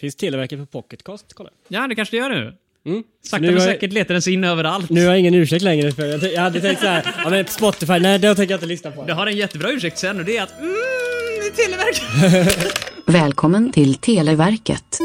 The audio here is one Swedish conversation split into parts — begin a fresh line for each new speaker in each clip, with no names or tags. Finns tillverkat för Pocketcast, kolla.
Ja, det kanske det gör nu.
Mm. Så
Sakta
nu
men
har jag-
säkert letar den sig in överallt.
Nu har jag ingen ursäkt längre. För jag, t- jag hade tänkt så här, ja, men Spotify, nej det tänker jag inte lyssna på.
Det har en jättebra ursäkt sen och det är att mm, det är Televerket.
Välkommen till Televerket.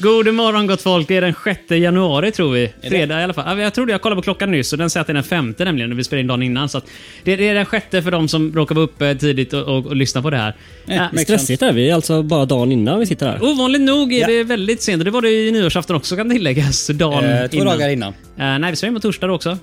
God morgon gott folk. Det är den 6 januari tror vi. Fredag i alla fall. Ja, Jag trodde jag kollade på klockan nyss och den säger att det är den 5 nämligen. och Vi spelade in dagen innan. Så att det det är den sjätte för de som råkar vara uppe tidigt och, och, och lyssna på det här. Ja.
Men Stressigt är vi, alltså bara dagen innan vi sitter här.
Ovanligt nog är
Ja.
det väldigt sent. och Det var det ju i nyårsafton också kan tilläggas. Dagen
Eh, två
innan.
dagar innan.
Eh, nej, vi spelar in på torsdag också.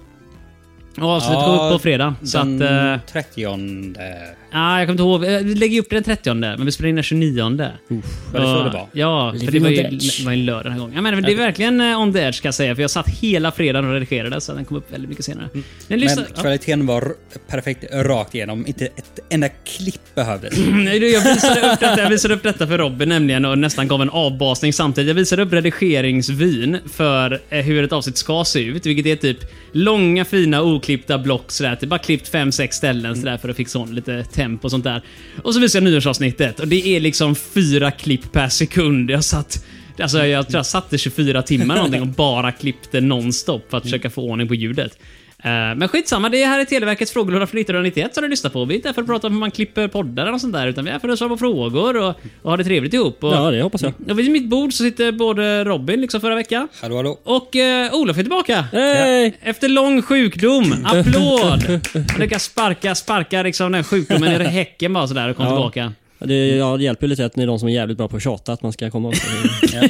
Och avsnittet
Ja,
går upp på fredag. Så att...
den
eh,
30...
Ja, jag kommer inte ihåg. Eh, Vi lägger upp det den 30 men vi spelar in den 29.
var det så
Ja,
det var?
Ja, för
Living
det var
on
ju
the edge.
det var ju en lördag den här gången. Ja, men det är verkligen eh, on the edge kan jag säga, för jag satt hela fredagen och redigerade så den kom upp väldigt mycket senare. Den lyssnar...
Men kvaliteten var r- perfekt rakt igenom. Inte ett enda klipp behövdes.
Nej, du, jag, visade upp detta, jag visade upp detta för Robin nämligen och nästan gav en avbasning samtidigt. Jag visade upp redigeringsvyn för eh, hur ett avsnitt ska se ut, vilket är typ långa fina oklippta block sådär. Typ bara klippt fem sex ställen sådär för att fixa om lite tempo och sånt där. Och så visade jag nyårsavsnittet och det är liksom fyra klipp per sekund. Jag satt Alltså jag tror jag satt i 24 timmar någonting och bara klippte nonstop för att försöka få ordning på ljudet. Eh, Men skitsamma, det här är Televerkets frågelåda från 1991 som du lyssnar på. Vi är inte här för att prata om hur man klipper poddar och sånt där, utan vi är här för att svara på frågor och, och ha det trevligt ihop. Och,
Ja, det hoppas jag.
och vid mitt bord så sitter både Robin, liksom förra veckan,
Hallå hallå.
och eh, Olof är tillbaka.
Hej!
Efter lång sjukdom. Applåd! Han lyckas sparka, sparka liksom den här sjukdomen ner i häcken bara sådär och kom
Ja.
tillbaka.
Det, ja, det hjälper ju lite att ni är de som är jävligt bra på att tjata att man ska komma också.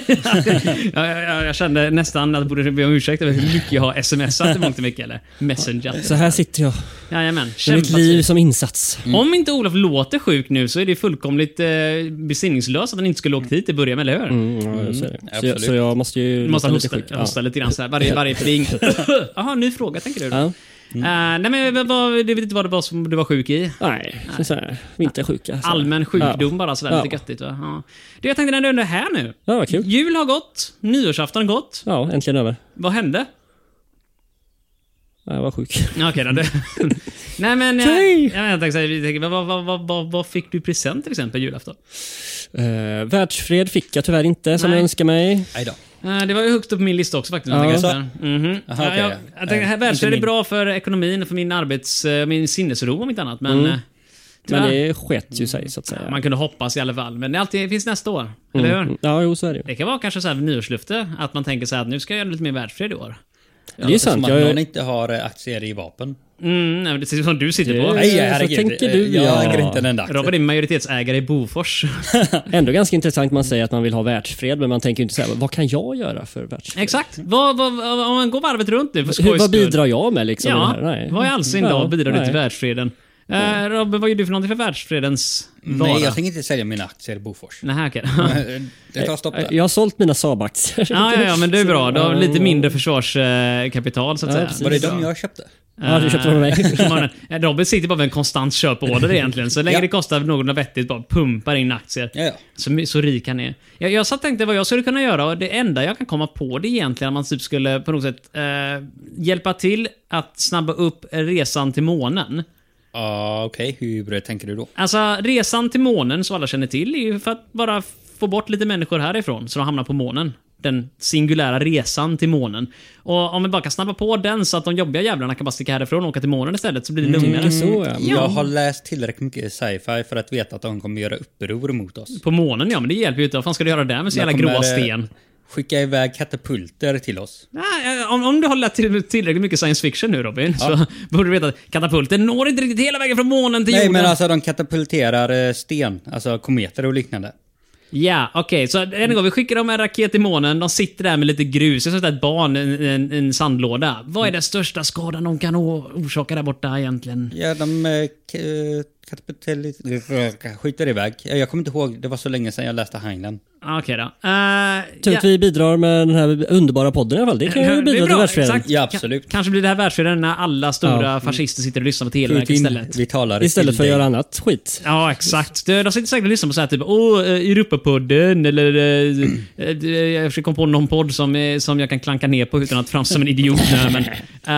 Ja, jag, jag, jag kände nästan att jag borde be om ursäkt över hur mycket jag har smsat i mångt och mycket, eller messengerat.
Så här sitter jag,
Jajamän.
med
Kämpat.
mitt liv som insats.
Om inte Olof låter sjuk nu så är det fullkomligt eh, besinningslöst att han inte skulle åkt hit i början, eller hur?
Mm, ja, så, är det. så, jag,
absolut.
så jag måste ju...
Du måste
låta
hosta,
Ja.
hosta lite grann så här, varje, varje pling. Jaha, ny fråga tänker du?
Ja. Mm.
Eh, nej men vad- vad, du vet inte vad det var som du var sjuk i?
Nej, så- så här, vintersjuka. Så. här.
Allmän sjukdom
Alltså, Ja.
bara sådär,
Ja.
lite göttigt va? Ja. Du, jag tänkte när du ändå är här nu.
Ja, vad kul.
Jul har gått, nyårsafton har gått.
Ja, äntligen över.
Vad hände?
Ja, Jag var sjuk.
Ja, Okej, okay, Nej men... eh,
Hej!
ja, Jag tänkte säga, vi tänker, vad, vad, vad, vad, vad fick du i present till exempel julafton?
Uh, världsfred fick jag tyvärr inte som
Nej.
jag önskar mig.
Aj då.
Eh, Det var ju högt upp på min lista också faktiskt. om
Ja.
jag tänker
Så-
efter. Mhm.
Aha,
Ja,
okej.
jag- jag tänker, här-
Eh,
Världsfred
inte
är
min.
bra för ekonomin och för min arbets... eh, Min sinnesro om inte annat. Men... eh,
Men
tyvärr.
det sket ju sig så att säga. Mm,
Man kunde hoppas i alla fall. Men det alltid finns nästa år. Eller hur?
Ja, jo så är det ju.
Det kan vara kanske så här nyårslöfte. Att man tänker så här att nu ska jag göra lite mer världsfred i år.
Det är
Som
sant.
att
Jag,
någon inte har eh, aktier i vapen.
Mm, nej, men det är som du sitter på.
Det-
Nej,
så
herregud.
tänker
Eh,
du, ja.
jag äger inte en enda aktie.
Robert är majoritetsägare i Bofors.
ändå ganska intressant man säger att man vill ha världsfred, men man tänker ju inte så här, vad kan jag göra för världsfred?
Exakt. Vad, vad, vad- om man går varvet runt nu för
Hur,
skojs
vad
skull.
bidrar jag med liksom? i det
Ja,
här? Nej.
vad i all sin dag bidrar du
nej.
till världsfreden? Eh, Robin, vad gjorde du för någonting för världsfredens vara?
Nej, jag tänker inte sälja mina aktier i Bofors.
Nej, okej.
Eh, Det tar stopp där.
Jag har sålt mina Saab-aktier.
Ja, ja, ja, men det är bra. Du har
Ja,
lite
ja.
mindre försvarskapital så att
Ja,
säga.
precis.
Var det
bra.
de jag köpte?
Ja, du köpte dem av mig.
Eh, mannen, eh, Robin sitter bara med en konstant köporder egentligen. Så länge
Ja.
det kostar något vettigt, bara pumpar in aktier.
Ja, ja.
Så, my- så rik han är. Jag, jag satt och tänkte vad jag skulle kunna göra och det enda jag kan komma på det är egentligen att man typ skulle på något sätt eh, hjälpa till att snabba upp resan till månen.
Ah, Okej, hur tänker du då?
Alltså, resan till månen som alla känner till är ju för att bara få bort lite människor härifrån så de hamnar på månen. Den singulära resan till månen. Och om vi bara kan snabba på den så att de jobbiga jävlarna kan bara sticka härifrån och åka till månen istället så blir det
Mm.
lugnare.
Så, ja.
Jag har läst tillräckligt mycket sci-fi för att veta att de kommer göra uppror mot oss.
På månen ja, men det hjälper ju inte. Vad fan ska du göra där med så
De
jävla
kommer,
gråa
eh,
sten?
Skicka iväg katapulter till oss.
Nej, eh, om, om du har lärt till, tillräckligt mycket science fiction nu Robin, så borde du veta att katapulten når inte riktigt hela vägen från månen till
Nej,
jorden.
men alltså de katapulterar eh, sten, alltså kometer och liknande.
Ja, okej. Så än en gång, vi skickar dem en raket till månen, de sitter där med lite grus. Jag såg ett barn i en, en, en sandlåda. Vad är den största skadan de kan o- orsaka där borta egentligen?
Ja, de eh, k- eh, kapitalism... Skjuter iväg. Jag kommer inte ihåg, det var så länge sedan jag läste Heinlein.
Okej då. Eh,
Tur
ja.
Typ att vi bidrar med den här underbara podden i alla fall. Det kan
Det
ju
är
bidra till
bra,
världsfreden.
exakt.
Ja, absolut.
Ka- Kanske blir det här världsfreden när alla stora fascister sitter och lyssnar på Televerket
Putin,
istället.
vi talar
Istället
till
för att
dig.
göra annat skit.
Ja, exakt. De de sitter säkert och lyssnar på så här typ Åh, eh, Europapodden eller... eh, eh, Jag försöker komma på någon podd som, eh, som jag kan klanka ner på utan att framstå som en idiot nu, men...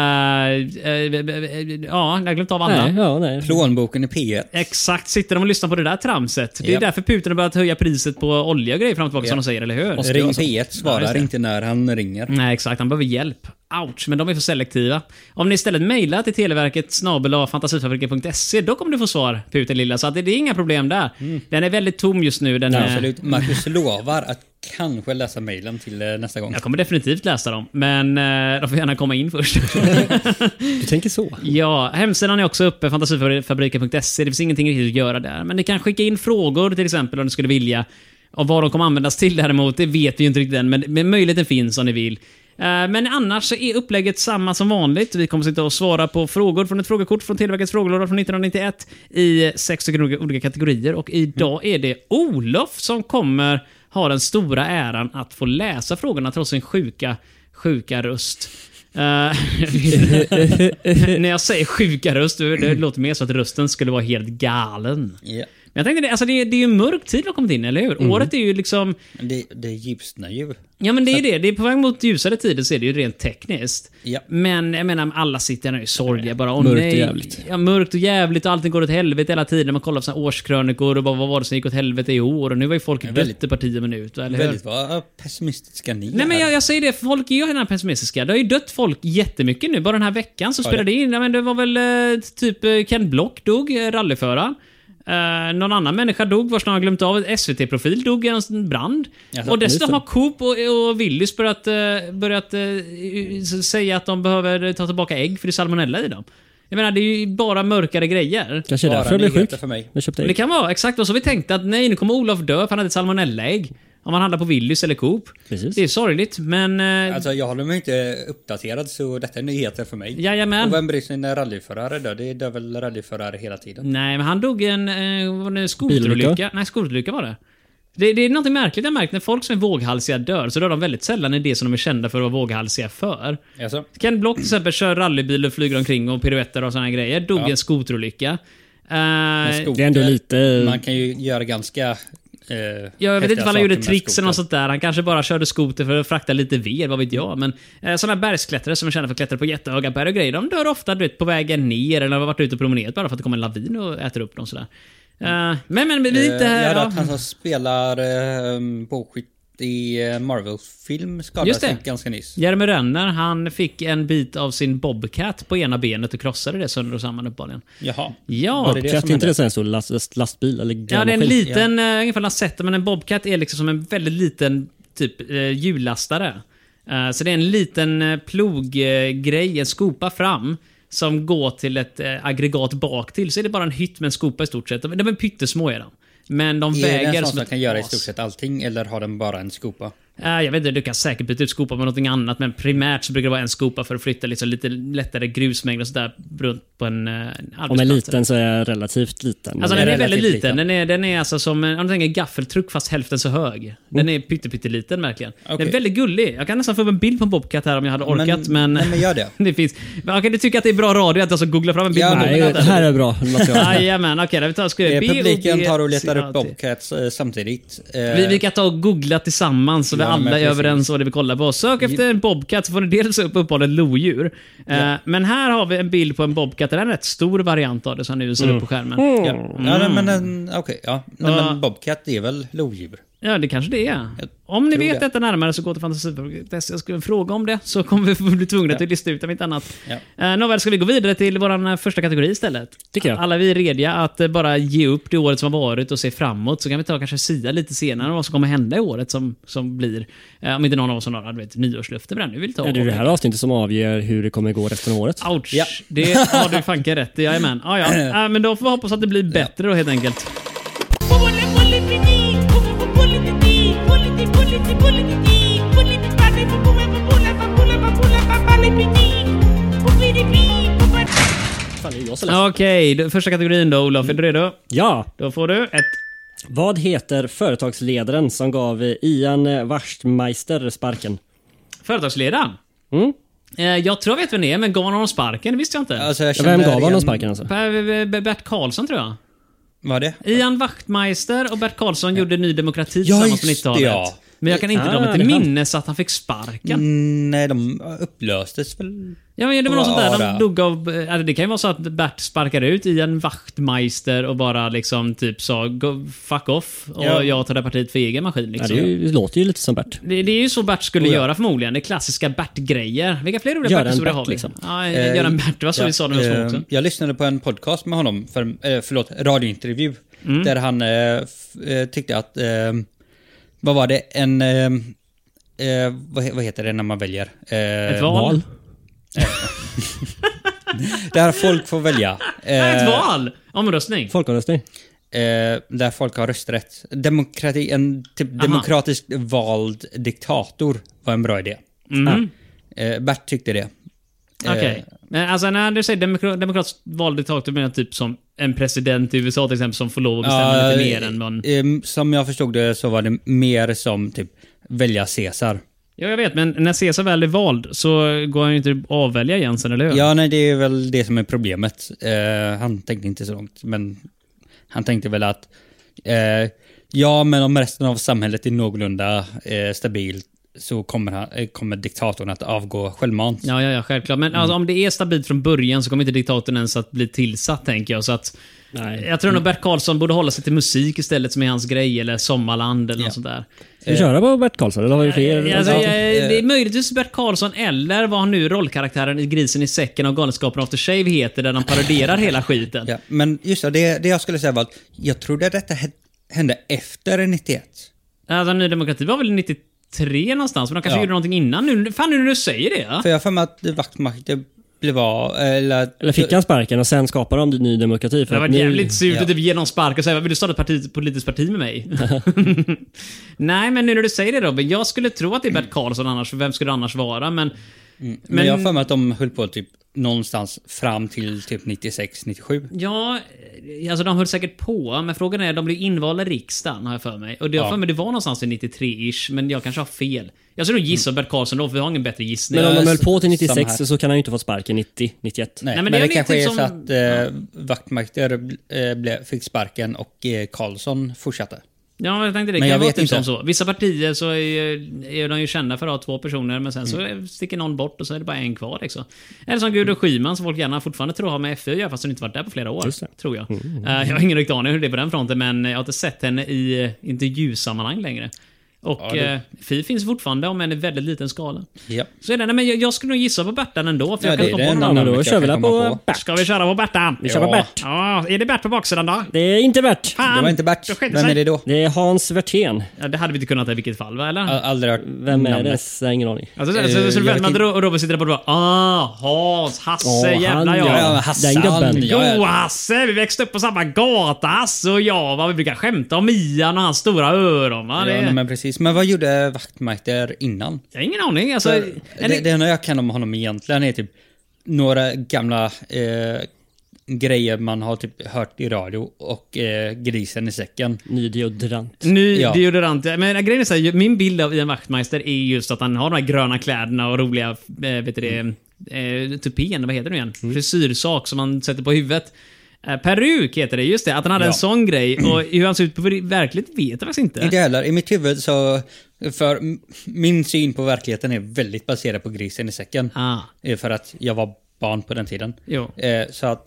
eh, eh, eh, eh, Ja, jag har glömt av alla.
Nej, ja, nej.
Plånboken i P1.
Exakt, sitter de och lyssnar på det där tramset. Det är
Japp.
därför Putin har börjat höja priset på olja och grejer fram och tillbaka som de säger, eller hur?
Ring P1
Ja, just
svarar
det.
inte när han ringer.
Nej, exakt. Han behöver hjälp. Ouch, men de är för selektiva. Om ni istället mejlar till Televerket snabel-a fantasifabriken.se, då kommer du få svar, Putin lilla. Så att det det är inga problem där. Den är väldigt tom just nu. Den är...
Absolut. Marcus lovar att kanske läsa mejlen till eh, nästa gång.
Jag kommer definitivt läsa dem, men eh, de får gärna komma in först.
Du tänker så.
ja, hemsidan är också uppe, fantasifabriken.se. Det finns ingenting riktigt att göra där. Men ni kan skicka in frågor till exempel om ni skulle vilja. Och vad de kommer användas till däremot, det vet vi ju inte riktigt än, men, men möjligheten finns om ni vill. Eh, Men annars så är upplägget samma som vanligt. Vi kommer sitta och svara på frågor från ett frågekort från Televerkets frågelåda från 1991 i sex stycken olika- olika kategorier. Och idag är det Olof som kommer ha den stora äran att få läsa frågorna trots sin sjuka, sjuka röst. Eh, när jag säger sjuka röst, det det låter mer så att rösten skulle vara helt galen.
Ja.
Men jag tänkte det, alltså det, är- det är ju mörk tid vi har kommit in i, eller hur? Året är ju liksom...
Det, det ljusnar ju.
Ja men det är det, det är på väg mot ljusare tider så är det ju rent tekniskt.
Ja.
Men jag menar, alla sitter här nu i sorg. Jag bara, åh
Mörkt och
nej.
jävligt.
Ja, mörkt och jävligt och allting går åt helvete hela tiden. Man kollar på såna här årskrönikor och bara, vad var det som gick åt helvete i år? Och nu var ju folk
väldigt-
dött på tio minuter, eller hur?
Väldigt vad pessimistiska ni
Nej men
är.
jag, jag säger det, folk är ju redan pessimistiska. Det har ju dött folk jättemycket nu. Bara den här veckan så spelade det in, ja, men det var väl eh, typ eh, Ken Block dog, eh, rallyföraren. Eh, någon annan människa dog, vars namn jag glömt av. Ett SVT-profil dog i en brand.
Jaså,
och dessutom har
just
Coop och, och Willys börjat, eh, börjat eh, s- säga att de behöver ta tillbaka ägg för det är salmonella i dem. Jag menar, det är ju bara mörkare grejer.
Kanske är
Bara
därför jag blev
nyheter
sjuk.
för mig.
Jag köpte
Det
ägg.
kan vara exakt vad så vi tänkte att nej, nu kommer Olof dö för han hade ett salmonellaägg. Om han handlar på Willys eller Coop.
Precis.
Det är sorgligt, men... eh,
Alltså jag håller mig inte uppdaterad så detta är nyheter för mig.
Jajamän.
Och vem bryr sig när rallyförare dör? Det dör väl rallyförare hela tiden?
Nej, men han dog i en eh, vad var det, skoterolycka.
Bilolycka?
Nej, skoterolycka var det. det. Det är något märkligt jag märkt. När folk som är våghalsiga dör så dör de väldigt sällan i det som de är kända för att vara våghalsiga för.
Alltså,
Ken Block till exempel kör rallybil och flyger omkring och piruetter och såna här grejer. Dog i en skoterolycka. Eh,
skoter,
Det är ändå lite-
Man kan ju göra ganska... Eh,
jag vet
häftiga
inte om han gjorde
saker med
tricks
skoter.
eller något sånt där. Han kanske bara körde skoter för att frakta lite ved, vad vet jag. Men eh, sådana här bergsklättrare som är kända för att klättra på jättehöga berg och grejer, de dör ofta du vet, på vägen ner eller har varit ute och promenerat bara för att det kommer en lavin och äter upp dem sådär. Eh, men men, men vi är inte...
Eh, Jag hörde
ja.
att han som spelar eh, bågskytt i eh, Marvel-film skadade
Just det.
sig ganska nyss.
Jeremy Renner, han fick en bit av sin Bobcat på ena benet och krossade det sönder och samman uppenbarligen.
Jaha.
Ja,
Var det det
Kratt
som
inte
hände?
det sen så last, lastbil eller
ja det är en
grävmaskin?
liten, ja. ungefär Lasetta, men en Bobcat är liksom som en väldigt liten typ eh, hjullastare. Eh, så det är en liten eh, ploggrej, eh, grej, en skopa fram, som går till ett eh, aggregat bak till. Så är det bara en hytt med en skopa i stort sett. De, de är pyttesmå är de. Men de
Är det
väger
en sån
som
som
ett
kan göra i
as.
stort sett allting eller har den bara en skopa?
Eh, Jag vet inte, du kan säkert byta ut skopan med någonting annat, men primärt så brukar det vara en skopa för att flytta liksom lite lättare grusmängder och sådär runt på en eh, en arbetsplats.
Om en liten så är jag relativt liten. Eh,
Alltså
Men-
den är
Mm. relativt
väldigt liten.
liten.
Den är, den är alltså som en, om du tänker en gaffeltruck fast hälften så hög. Den är pyttepytteliten verkligen. Den är
Mm. Okej.
väldigt gullig. Jag kan nästan få upp en bild på en Bobcat här om jag hade orkat, men...
nej, men gör det.
det finns. Men, Okej, du tycker att det är bra radio att jag ska googla fram en bild
Ja,
på en
men-
Nej, det
Bobcat?
här är bra material.
Jajamän, okej. då vi tar- ska vi-
Eh,
B- och
Publiken
B-
tar och letar
C-
upp
A- T.
Bobcats eh, samtidigt. Eh,
Vi, vi kan ta och googla tillsammans så vi
Ja, men
alla är
precis.
överens om det vi kollar på. Sök efter en bobcat så får ni dels upp uppehållet lodjur. Eh, Men här har vi en bild på en bobcat. Det är en rätt stor variant av det som nu
Mm.
ser upp på skärmen.
Ja, ja nej, men en- okej. Mm. ja. Nej, men Bobcat det är väl lodjur?
Ja, det kanske det är. Om ni
tror
vet
det.
detta närmare så gå till fantasy.se. Jag skulle fråga om det så kommer vi bli tvungna att lista ut om inte annat.
Ja.
Eh, Nåväl, ska vi gå vidare till vår eh, första kategori istället?
Tycker jag.
Alla vi är rediga att eh, bara ge upp det året som har varit och se framåt. Så kan vi ta och kanske sia lite senare om vad som kommer hända i året som, som blir. Eh, Om inte någon av oss har några du vet, nyårslöften bränner. Vi vill ta
Är det det här avsnittet som avgör hur det kommer gå resten av året?
Ouch!
Ja.
Det har du fanken rätt i. Jajamän. Ah, ja. Eh, Men då får vi hoppas att det blir bättre då helt enkelt.
det är jag som läser.
Okej, då- första kategorin då Olof. Är du redo?
Ja,
Då får du ett...
vad heter företagsledaren som gav eh, Ian eh, Wachtmeister sparken?
Företagsledaren.
Mm?
Eh, jag tror jag vet vem det är, men gav han honom sparken? Det visste jag inte.
Alltså, jag
Ja,
känner
Vem gav
igen-
honom sparken alltså?
Per- B- Bert Karlsson tror jag.
Vad är det?
Ian Wachtmeister och Bert Karlsson gjorde Ny Demokrati
Ja,
tillsammans på
just det,
90-talet.
ja.
Men jag kan inte
Ah,
dra mig till
det är sant.
minnes att han fick sparken.
Mm, nej, de upplöstes väl?
Ja, men det var något sånt där. De
Bara.
dog av... eh, Eller det kan ju vara så att Bert sparkade ut Ian Wachtmeister och bara liksom typ sa "Go- fuck off och
Ja.
jag tar det här partiet för egen maskin.
Ja,
Liksom.
det, är ju, det låter ju lite som Bert.
Det, det är ju så Bert skulle
Oh, ja.
göra förmodligen. Det klassiska Bert-grejer. Vilka fler roliga
Göran
Bert-historier
Bert,
har vi?
liksom.
Ja, Eh, Göran Bert, det var så vi sa när vi var små också.
eh, Jag lyssnade på en podcast med honom, för, eh, förlåt, radiointervju.
Mm.
Där han eh, f- eh, tyckte att, eh, vad var det, en... Eh, eh, vad, he- vad heter det när man väljer? Eh,
Ett val?
val.
Där folk får välja.
Nej, ett
Eh,
val! Omröstning.
Folkomröstning.
eh, där folk har rösträtt. Demokrati, en typ demokratiskt vald diktator var en bra idé.
Mhm.
Eh, Bert tyckte det. Eh,
Okej. Men alltså när du säger demokra demokratiskt vald diktator menar jag typ som en president i USA till exempel som får lov att bestämma
ja,
lite mer än man...
ehm, Som jag förstod det så var det mer som typ välja Caesar.
Ja, jag vet, men när Caesar väl är vald så går han ju inte att avvälja igen sen, eller hur?
Ja, nej, det är väl det som är problemet. Eh, han tänkte inte så långt, men han tänkte väl att eh, ja, men om resten av samhället är någorlunda eh, stabilt så kommer, han, eh, kommer diktatorn att avgå självmant.
Ja, ja, ja självklart. Men alltså, om det är stabilt från början så kommer inte diktatorn ens att bli tillsatt, tänker jag. Så att,
Nej.
jag tror nog Bert Karlsson borde hålla sig till musik istället, som är hans grej, eller Sommarland eller något sånt där.
Ska
Eh.
vi köra på Bert Karlsson eller har vi fler?
Alltså,
Ja.
jag, det är möjligtvis Bert Karlsson eller vad han nu rollkaraktären i Grisen i säcken av Galenskapen After Shave heter, där de parodierar hela skiten.
Ja, men just det, det, det jag skulle säga var att jag trodde att detta hä- hände efter 91.
Alltså, Ny Demokrati var väl 93 någonstans, men de kanske
Ja.
gjorde någonting innan nu. Fan nu när du säger det. Ja.
För jag har för mig att Wachtmeister blev av, eller...
Eller fick han sparken och sen skapade de Ny Demokrati? För
Det var
att nu-
jävligt surt att
Ja.
typ ge någon spark och säga vill du starta ett parti, politiskt parti med mig? Nej, men nu när du säger det Robin. Jag skulle tro att det är Bert Karlsson annars, för vem skulle det annars vara? Men
Mm. Men, jag har för mig att de höll på typ någonstans fram till typ 96, 97.
ja, alltså de höll säkert på. Men frågan är, de blev invalda i riksdagen har jag för mig. Och det har
Ja.
för mig det var någonstans i 93-ish, men jag kanske har fel. Jag skulle nog gissa Bert Karlsson då, för vi har ingen bättre gissning.
Men om de höll på till
Samma
96
här.
så kan han ju inte få sparken 90, 91.
Nej,
Nej, men
men,
det är
det,
lite
kanske är
som-
så att eh, Wachtmeister eh, ble, fick sparken och eh, Karlsson fortsatte.
Ja, men jag tänkte det.
Men
kan
jag
vara
vet
typ
inte.
Som så. Vissa partier så är, ju- är de ju kända för att ha två personer, men sen
Mm.
så sticker någon bort och så är det bara en kvar. Liksom. Eller som Gudrun Schyman, som folk gärna fortfarande tror har med FU att göra, fast hon inte varit där på flera år.
Just det.
Tror jag.
Mm.
Eh, jag har ingen riktig aning hur det är på den fronten, men jag har inte sett henne i eh, intervjusammanhang längre. Och
Ja, det-
eh, FI finns fortfarande, om än i väldigt liten skala.
Ja.
Så är det. Nej, men jag, jag skulle nog gissa på Bertan ändå, för
Ja,
jag kan
det
inte
är det
komma på
Ja,
enda
någon
men
annan.
då
Jag
kör vi
kan
väl
komma
på
på.
Bert.
Ska vi köra på Bertan?
Vi kör på
Ja.
Bert.
Ja, är det Bert på baksidan då?
Det är inte Bert.
Fan,
Det var inte Bert.
då skiter
Vem
sig.
är det då?
Det är Hans Werthén.
Ja, det hade vi inte kunnat i vilket fall, va? Eller?
Jag har aldrig hört
Vem är
namnet.
det? Jag har ingen aning.
Alltså, så,
Eh,
så, så
jag vet
vänder man
inte.
dro- och Robin sitter där borta och bara ah, Hans, Hasse,
Åh, han,
jävlar ja.
Ja, men Hassan.
Den gubben.
Ja, ja.
Jo Hasse, vi växte upp på samma gata Hasse och jag. Va? Vi brukar skämta om Ian och hans stora öron. Va?
Ja,
Det,
nej, men precis. Men vad gjorde Wachtmeister innan?
Jag har ingen aning. Alltså,
För
en,
det, det enda jag kan om honom egentligen är typ några gamla eh, grejer man har typ hört i radio och eh, grisen i säcken.
Ny deodorant.
Ny
Ja.
deodorant. Men grejen är så här, ju- min bild av Ian Wachtmeister är just att han har de här gröna kläderna och roliga, eh, vet du det, eh, tupén, vad heter det nu igen? Frisyrsak som han sätter på huvudet. Eh, peruk heter det, just det. Att han hade
Ja.
en sån grej. Och hur han ser ut på verkligt vet jag faktiskt inte.
Inte heller. I mitt huvud så... För m- min syn på verkligheten är väldigt baserad på grisen i säcken.
Ah.
Eh, För att jag var barn på den tiden.
Jo.
Eh, så att...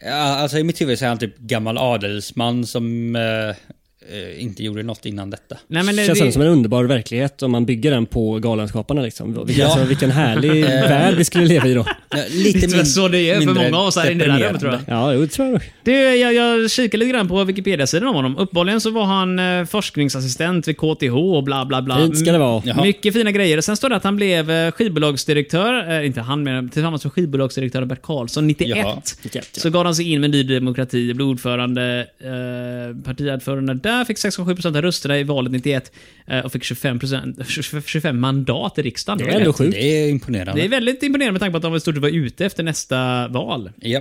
Ja, alltså i mitt huvud så är han typ gammal adelsman som eh, eh, inte gjorde något innan detta.
Nej, men det,
Känns
det,
ändå som en underbar verklighet om man bygger den på Galenskaparna liksom. Vilken,
Ja.
alltså, vilken härlig värld vi skulle leva i då.
Ja,
det är
lite
tyvärr så det är för
mindre
många av oss här inne i det här rummet tror jag.
deprimerande.
Ja, jo, det tror jag nog.
Du, jag, jag kikade lite grann på Wikipedia-sidan om honom. Uppenbarligen så var han eh, forskningsassistent vid KTH och bla bla bla.
Fint ska det vara.
Mm,
Jaha.
Mycket fina grejer. Sen står det att han blev eh, skivbolagsdirektör, eh, inte han men tillsammans med skivbolagsdirektör Bert Karlsson 91.
Jaha.
91, ja.
Så gav han sig in med Ny Demokrati, blev ordförande, eh, partiordförande där, fick 6,7% av rösterna i valet 91 eh, och fick 25%, 25 mandat i riksdagen.
Det är ändå sjukt.
Det är
Det
imponerande.
är väldigt imponerande med tanke på att de i stort sett var ute efter nästa val.
Ja.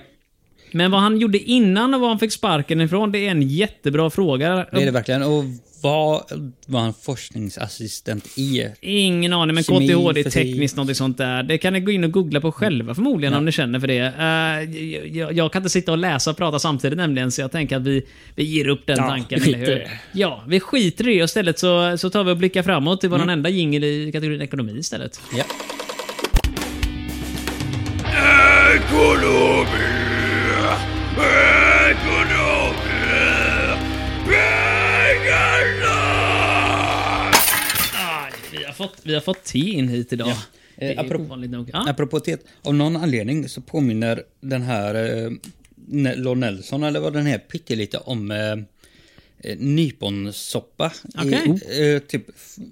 Men vad han gjorde innan och var han fick sparken ifrån, det är en jättebra fråga.
Det är det verkligen. Och vad var han forskningsassistent i?
Ingen aning, men
Kemi,
KTH det är
fysik.
tekniskt något sånt där. Det kan ni gå in och googla på själva förmodligen om ni känner för det. Eh, jag, jag, jag kan inte sitta och läsa och prata samtidigt nämligen, så jag tänker att vi, vi ger upp den
Ja,
tanken.
vi skiter i det.
Ja, vi skiter i det och istället så, så tar vi och blickar framåt till vår
Mm.
enda jingel i kategorin ekonomi istället.
Ja.
Ah, vi, har fått, vi har fått te in hit idag. Det är
Eh, apropå-
ovanligt nog. Ah,
Apropå det, av någon anledning så påminner den här eh, Ne- Lord Nelson, eller vad den här pyttelite om eh, eh, nyponsoppa.
Okej.
I, eh, typ f-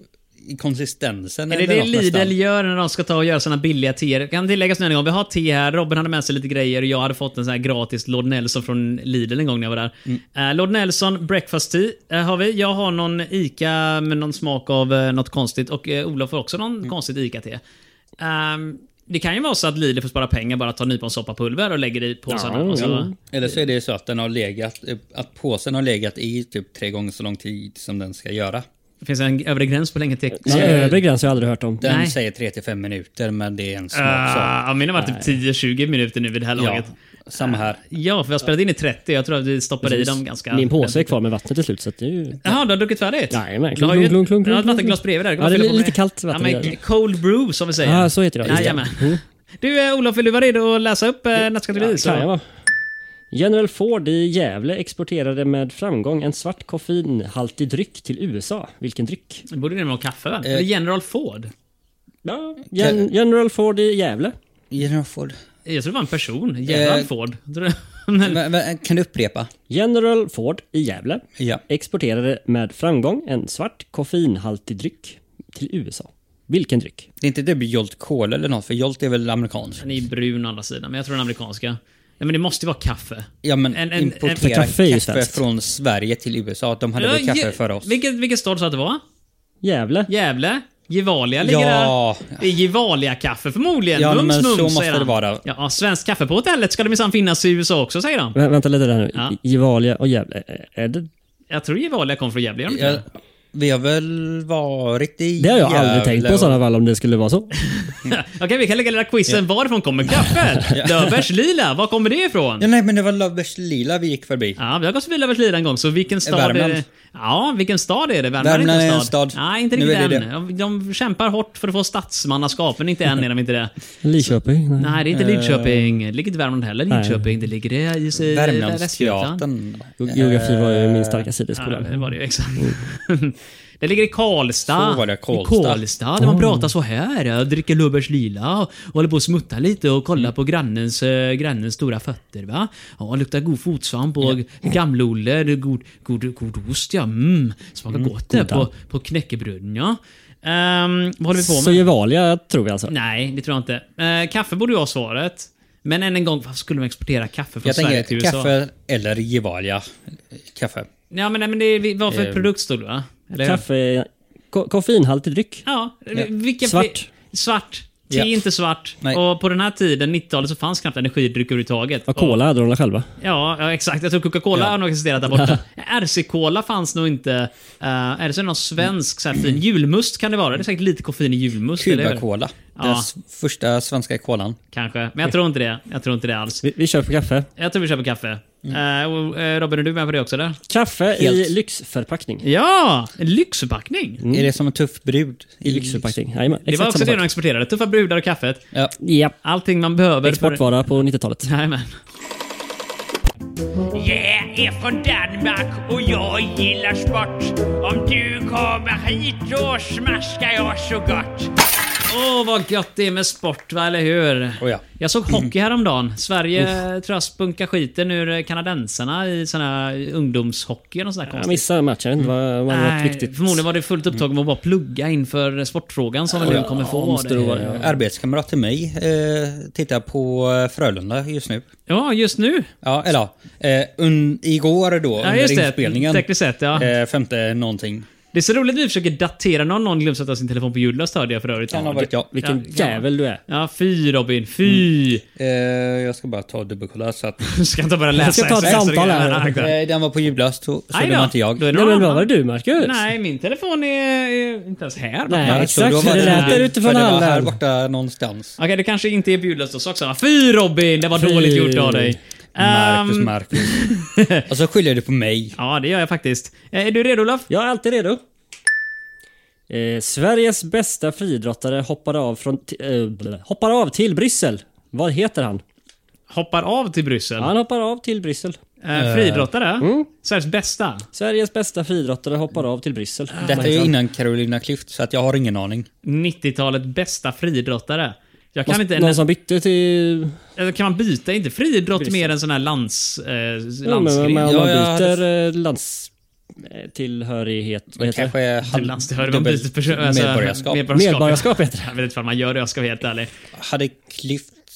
i konsistensen.
Är det
eller
det
något
Lidl
nästan.
gör när de ska ta och göra sina billiga teer? Jag Kan tilläggas nu en gång, vi har te här, Robin hade med sig lite grejer och jag hade fått en sån här gratis Lord Nelson från Lidl en gång när jag var där.
Mm.
Eh, Lord Nelson breakfast tea eh, har vi. Jag har någon ICA med någon smak av uh, något konstigt och uh, Olof har också
Mm.
någon konstigt ICA-te. Ehm, det kan ju vara så att Lidl får spara pengar bara att ta nyponsoppapulver och lägger det i påsarna. Alltså,
Ja,
och så,
ja.
Eller så är det ju så att, den har legat, eh, att påsen har legat i typ tre gånger så lång tid som den ska göra.
Det finns en övre gräns på hur länge te...
Någon
Eh,
övre gräns har jag aldrig hört om.
Den
Nej.
säger 3 till 5 minuter men det är en smaksak.
Uh, min har varit typ 10-20 minuter nu vid det här
ja,
laget.
samma här.
Ja, för vi har spelat in i 30. Jag tror att vi stoppade i dem ganska...
Min påse är kvar med vattnet till slut så att det är ju...
Jaha, du har druckit färdigt?
Nej, nej.
Du har ju
Klunk, klunk, klunk,
du har ett
klunk,
vattenglas
klunk.
bredvid där.
Ja, det är
Fylla på
lite
med-
kallt vatten
Ja, men
där.
cold brew som vi säger.
Ja, så heter det. Just det.
Jajamän. Du eh, Olof, vill du vara redo att läsa upp eh, nästa kategori?
Ja,
så-
kan jag vara. General Ford i Gävle exporterade med framgång en svart koffeinhaltig dryck till USA. Vilken dryck?
Det borde nämligen vara kaffe
Eh.
va? Eller General Ford?
Ja, Gen- General Ford i Gävle.
General Ford.
Jag tror det var en person. General
Eh.
Ford. Tror du? Men,
Men- men, Kan du upprepa?
General Ford i Gävle
Ja.
exporterade med framgång en svart koffeinhaltig dryck till USA. Vilken dryck?
Det är inte typ Jolt Cola eller något, för Jolt är väl amerikansk?
den är ju brun å andra sidan, men jag tror den amerikanska. Nej men det måste ju vara kaffe.
Ja men
En-
en,
en-
importera
en- Kaffe är ju
kaffe,
svenskt.
från Sverige till USA. De hade väl
Ja,
kaffe
Ge-
för oss.
Vilket, vilket stad sa att det var?
Gävle?
Gävle? Gevalia ligger
Ja.
där. Det är Gevalia-kaffe förmodligen.
Ja,
mums,
men så
mums,
måste
säger
det
han.
vara.
Ja, svenskt kaffe på hotellet ska det minsann finnas i USA också, säger de.
Vä- vänta lite där nu.
Ja.
Gevalia och Gävle. Ä- Är det?
Jag tror Gevalia kom från Gävle, gör de inte
Ja,
det?
vi har väl varit i
Det har jag aldrig
Gävle
tänkt på i
och-
sådana fall om det skulle vara så.
Okej, vi kan lägga lilla quizen. Varifrån kommer kaffet? Löfbergs Lila, var kommer det ifrån?
Ja, nej men det var Lovers Lila vi gick förbi.
Ja, vi har gått förbi Löfbergs Lila en gång, så vilken stad är
Värmland.
det? Ja, vilken stad är det? Värmland,
Värmland
inte
är en stad.
Nej, inte
Nu
riktigt
är det
än. De, de kämpar hårt för att få statsmannaskap, men inte än är de inte det.
Lidköping? Nej.
Nej, det är inte Lidköping. Det ligger inte Värmland heller.
Nej.
Linköping, det ligger det i i Västgöta.
Värmlandsteatern.
Ge-
Eh,
Geografi var ju min starka sida i
Eh, Ja,
skolan.
det var det ju exakt. Det ligger i Karlstad.
Mm. Så var det,
I
Karlstad. Mm.
Karlstad, där man pratar så här. Jag dricker Lubbers Lila och håller på att smutta lite och
Mm.
kollar på grannens, eh, grannens stora fötter. Va? Ja, luktar god fotsvamp och gamlolle, det är god, god, god ost ja. Mm. Smakar gott det på, på knäckebröden ja. Ehm, vad håller vi på med?
Så Gevalia tror vi alltså.
Nej, det tror jag inte. Eh, kaffe borde ju vara svaret. Men än en gång, varför skulle de exportera kaffe från
Jag
Sverige
tänker
till USA?
kaffe eller Gevalia. Kaffe.
Ja, men, nej, men det är, vad för
Eh,
produkt stod det va? Eller?
Kaffe... Ko- koffeinhaltig dryck.
Ja, vilken...
Svart.
Svart. Te
Ja.
är inte svart.
Nej.
Och på den här tiden, 90-talet, så fanns knappt energidryck överhuvudtaget.
Och cola hade de väl själva?
Ja, ja, exakt. Jag tror Coca-Cola har nog existerat där borta. RC-Cola fanns nog inte. Eh, är det så någon svensk så här fin julmust kan det vara. Det är säkert lite koffein i julmust. eller hur?
Cuba-cola. Den
Ja.
s- första svenska kolan.
Kanske. Men jag tror inte det. Jag tror inte det alls.
Vi, vi köper kaffe.
Jag tror vi köper kaffe. Eh, och, eh, Robin, är du med på det också? Eller?
Kaffe
Helt.
i lyxförpackning.
Ja! En lyxförpackning.
Mm.
Är det som en tuff brud?
I lyxförpackning. Jajamän,
Det var
exakt
också
samma
det de
sak.
exporterade. Tuffa brudar och kaffet.
Ja.
Ja.
Allting man behöver. för-
Exportvara på 90-talet.
Jajamän. Jag är från Danmark och jag gillar sport. Om du kommer hit då smaskar jag så gott. Åh, vad gött det är med sport, va? eller hur?
Oh ja.
Jag såg hockey häromdagen. Sverige tror jag spunkar skiten ur kanadensarna i sån här ungdomshockey och sån där
Jag
konstigt.
missade matchen. Det var, var något
Nej,
viktigt.
Förmodligen var det fullt upptagen med att bara plugga inför sportfrågan som vi nu kommer få.
måste det vara, Oh, ja.
Eh, Arbetskamrat till mig eh, tittar på eh, Frölunda just nu.
Ja, just nu.
Ja, eller ja. Eh, un, igår då
Ja,
under
just det.
inspelningen.
Tekniskt sett, ja.
Eh, femte någonting.
Det är så roligt att vi försöker datera någon. Någon glömde sätta sin telefon på ljudlöst hörde jag för övrigt.
Kan ha varit jag.
Vilken
Ja, ja.
jävel du är.
Ja, fy Robin. Fy.
Mm.
Eh, jag ska bara ta och dubbelkolla så att...
Du ska inte bara läsa
ska ta ett
sms och
samtal här.
grejer. Nej, exakt.
Eh, den var på ljudlöst, så, så
Aj
det
då,
var inte jag.
då är det
Nej
någon
men vad
annan.
var det du Marcus?
Nej, min telefon är, är inte ens här.
Nej,
Ja, så
exakt.
då
Så
var
det lät
mobil,
där utifrån
för det var här
hallen.
borta någonstans.
Okej, det kanske inte är bjudlöst hos också. Fy Robin, det var
Fy.
dåligt gjort av dig.
Marcus,
Ehm,
Marcus. och så skyller du på mig.
Ja, det gör jag faktiskt. Eh, Är du redo Olaf?
Jag är alltid redo. Eh, Sveriges bästa friidrottare hoppar av från... ti- Eh, blä- hoppar av till Bryssel. Vad heter han?
Hoppar av till Bryssel.
Han hoppar av till Bryssel.
Eh, Friidrottare?
mm.
Sveriges bästa?
Sveriges bästa friidrottare hoppar av till Bryssel.
Detta är ju innan Carolina Klüft, så att jag har ingen aning.
90-talet bästa friidrottare? Jag kan
Måste-
inte...
Någon som bytte till...
Eller Kan man byta? Är inte friidrott mer än sån här lands... Eh,
Ja, men
landsgren?
om man
Ja, jag
byter eh, lands... eh, Tillhörighet... Vad
Det
heter
kanske
det?
är
Till
halv-
landshörd, man
dubbelt
byter person, alltså,
medborgarskap.
Medborgarskap heter det.
Jag vet inte vad man gör det, jag ska vara helt ärlig.
Hade Klüfts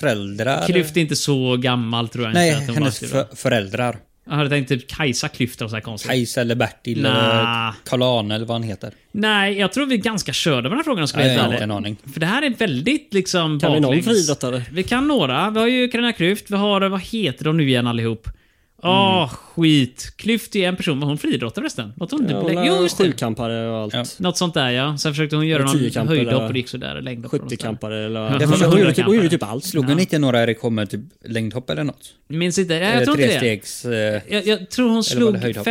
föräldrar...
Klyft är inte så gammal tror jag
Nej,
inte. att hon
hennes
var aktiv.
för, föräldrar.
Jag hade tänkt typ Kajsa Klyft och så här konstigt.
Kajsa eller Bertil
Nah.
eller Karl-Arne eller vad han heter.
Nej, jag tror vi är ganska körda med den här frågan om jag ska
Nej,
vara
jag har
helt
inte en
ärlig.
aning.
För det här är väldigt liksom
Kan vi någon
baklänges.
friidrottare?
Vi kan några. Vi har ju Carina Klyft, vi har, vad heter de nu igen allihop? Åh, skit. Klyft är en person, var hon friidrottare förresten? Var hon
Mm.
inte
Ja,
på
hon
längd? Jo,
har
just det.
sjukampare och allt.
Ja.
Något sånt där ja. Sen försökte hon göra
Eller
någon
tiokamp
höjdhopp
eller
och det gick sådär. eller längdhopp eller något sånt där.
70-kampare eller...
Ja,
Hon, hon, gjorde typ, hon gjorde typ allt.
Slog hon inte några rekord med typ längdhopp eller något?
Minns inte. Nej,
eller
jag tror inte det.
trestegs... Eh,
Jag, jag tror hon
Eller var det
slog
höjdhopp?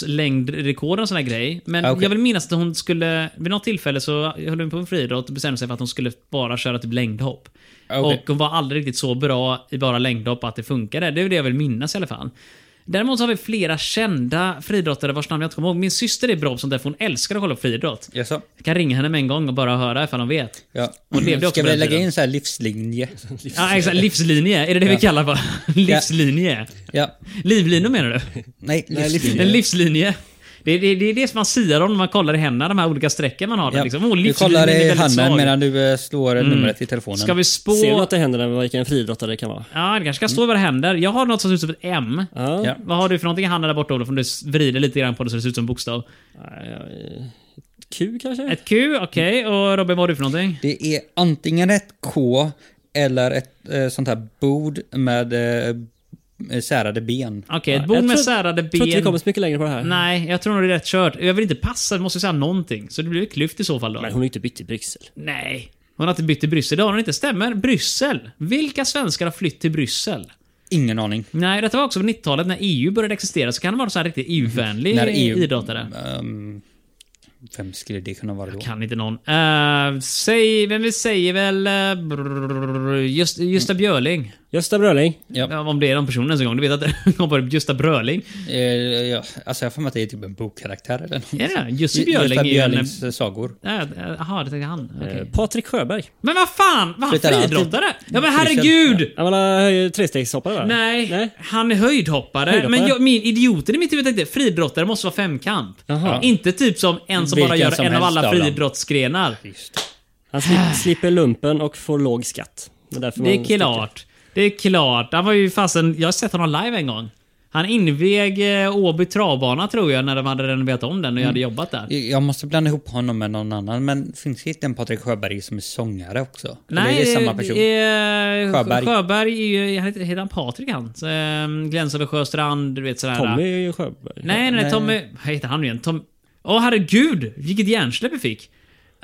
femkampslängdrekord och sån här grej. Men
Ah, okej.
jag vill minnas att hon skulle... Vid något tillfälle så höll hon på med friidrott och bestämde sig för att hon skulle bara köra typ längdhopp.
Ah, okej.
Och hon var aldrig riktigt så bra i bara längdhopp att det funkade. Det är det jag vill minnas i alla fall. Däremot så har vi flera kända friidrottare vars namn jag inte kommer ihåg. Min syster är bra på sånt där för hon älskar att kolla på friidrott.
jaså?
Jag kan ringa henne med en gång och bara höra ifall hon vet.
Ja.
Hon levde också
Ska
på
vi
den
lägga
tiden.
in så här livslinje?
Ja, exakt. Livslinje. Är det det vi
Ja.
kallar för? Livslinje.
Ja.
Livlina menar du?
Nej,
En
livslinje.
livslinje. Det, det, det är det som man siar om när man kollar i händerna, de här olika strecken man har.
Ja.
Ja. Liksom. Oh,
Du
livslinjen
kollar
är
i
väldigt
handen
svag.
medan du eh, slår numret i telefonen.
Ska vi
Ser du
spå...
att det händer när vilken friidrottare det kan vara?
Ja, det kanske ska stå vad det händer. Jag har något som ser ut som ett M.
Ja.
Ja.
Vad har du för någonting i handen där borta Olof? Om du s- vrider lite grann på det så det ser ut som en bokstav.
Nej, ja, eh, Q kanske?
Ett Q, okej. Och Robin, vad har du för någonting?
Det är antingen ett K eller ett eh, sånt här bord med eh, särade ben.
Okej, ett
Jag
bord med
tror-
särade ben.
tror inte vi kommer så mycket längre på det här.
Nej, jag tror nog det är rätt kört. Jag vill inte passa, du måste säga någonting. Så det blir ju klyft i så fall då.
Men hon har ju inte bytt till Bryssel.
Nej. Hon har inte bytt till Bryssel. Det har hon inte. Stämmer. Bryssel. Vilka svenskar har flytt till Bryssel?
Ingen aning.
Nej, detta var också på 90-talet när EU började existera, så kan det vara så här riktigt EU-vänlig
När E EU
idrottare.
Ehm, vem skulle det kunna vara då?
Kan inte någon. Eh, säg, men vi säger väl... eh, brrrr, Just, Gösta Björling.
Gösta Bröling. Eh,
Ja.
Ja, Om det är den personen ens en gång, du vet att det kom på det. Gösta Bröling.
Eh, ja. Alltså jag har för mig att det är typ en bokkaraktär eller något.
Är det det? Jussi
Gösta
Björling är ju en...
Björlings eh, sagor.
Jaha, det tänkte han. Okej.
Eh, Patrik Sjöberg.
Men vad fan! Var han
Flyttar han till-
friidrottare? Ja men herregud!
Han var trestegshoppare va?
Nej,
Nej.
han är höjdhoppare.
Höjdhoppare.
Men jag, min idioten i mitt huvud tänkte friidrottare måste vara femkamp.
Jaha.
Inte typ som en som bara
Vilken
gör
som
en av
helst
alla
av dem.
friidrottsgrenar.
Han slip, slipper lumpen och får låg skatt. Det är, därför
Ah. Det
man
är klart. Det är klart. Han var ju fasen... Jag har sett honom live en gång. Han invig eh, Åby travbana tror jag när de hade renoverat om den och jag hade
Mm.
jobbat där.
Jag måste blanda ihop honom med någon annan, men finns det inte en Patrik Sjöberg som är sångare också? eller är det samma person?
Eh, Sjöberg.
Sjöberg.
Sjöberg är ju... han Heter heter han Patrik han? Så, eh, Gläns över sjöstrand, du vet sådär.
Tommy Sjöberg.
Nej, nej, nej. Tommy... Vad heter han nu igen? Tom... Åh herregud! Vilket hjärnsläpp vi fick.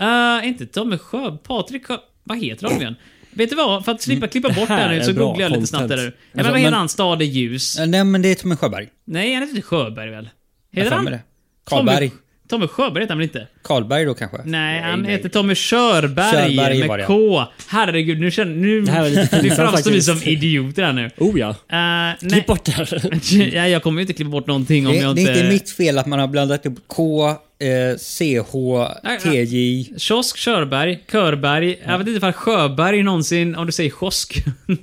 Eh, inte Tommy Sjö... Patrik Sjö... Vad heter han nu igen? Vet du vad? För att slippa klippa bort det här,
här
nu så
är bra
googlar jag lite
content.
snabbt där. Nej, men
Alltså,
vad heter
men-
han? Stad i ljus.
Eh, Nej, men det är Tommy Sjöberg.
Nej, han heter inte Sjöberg väl?
Jag
Heter
har för
han?
mig det. Karlberg.
Tommy, Tommy Sjöberg heter han väl inte?
Karlberg då kanske?
Nej, han heter Tommy Körberg,
Körberg var det,
med K. Herregud, nu känner... Nu,
här var lite
nu
pinsamt
framstår vi som
faktiskt.
idioter här nu.
Oh ja.
Eh, nej.
Klipp bort det här.
Ja, jag kommer ju inte klippa bort någonting om
Det,
jag
det
inte...
är inte mitt fel att man har blandat upp K, eh, CH,
Nej,
TJ.
Kiosk, Körberg, Körberg. Jag vet inte ifall Sjöberg någonsin, om du säger kiosk.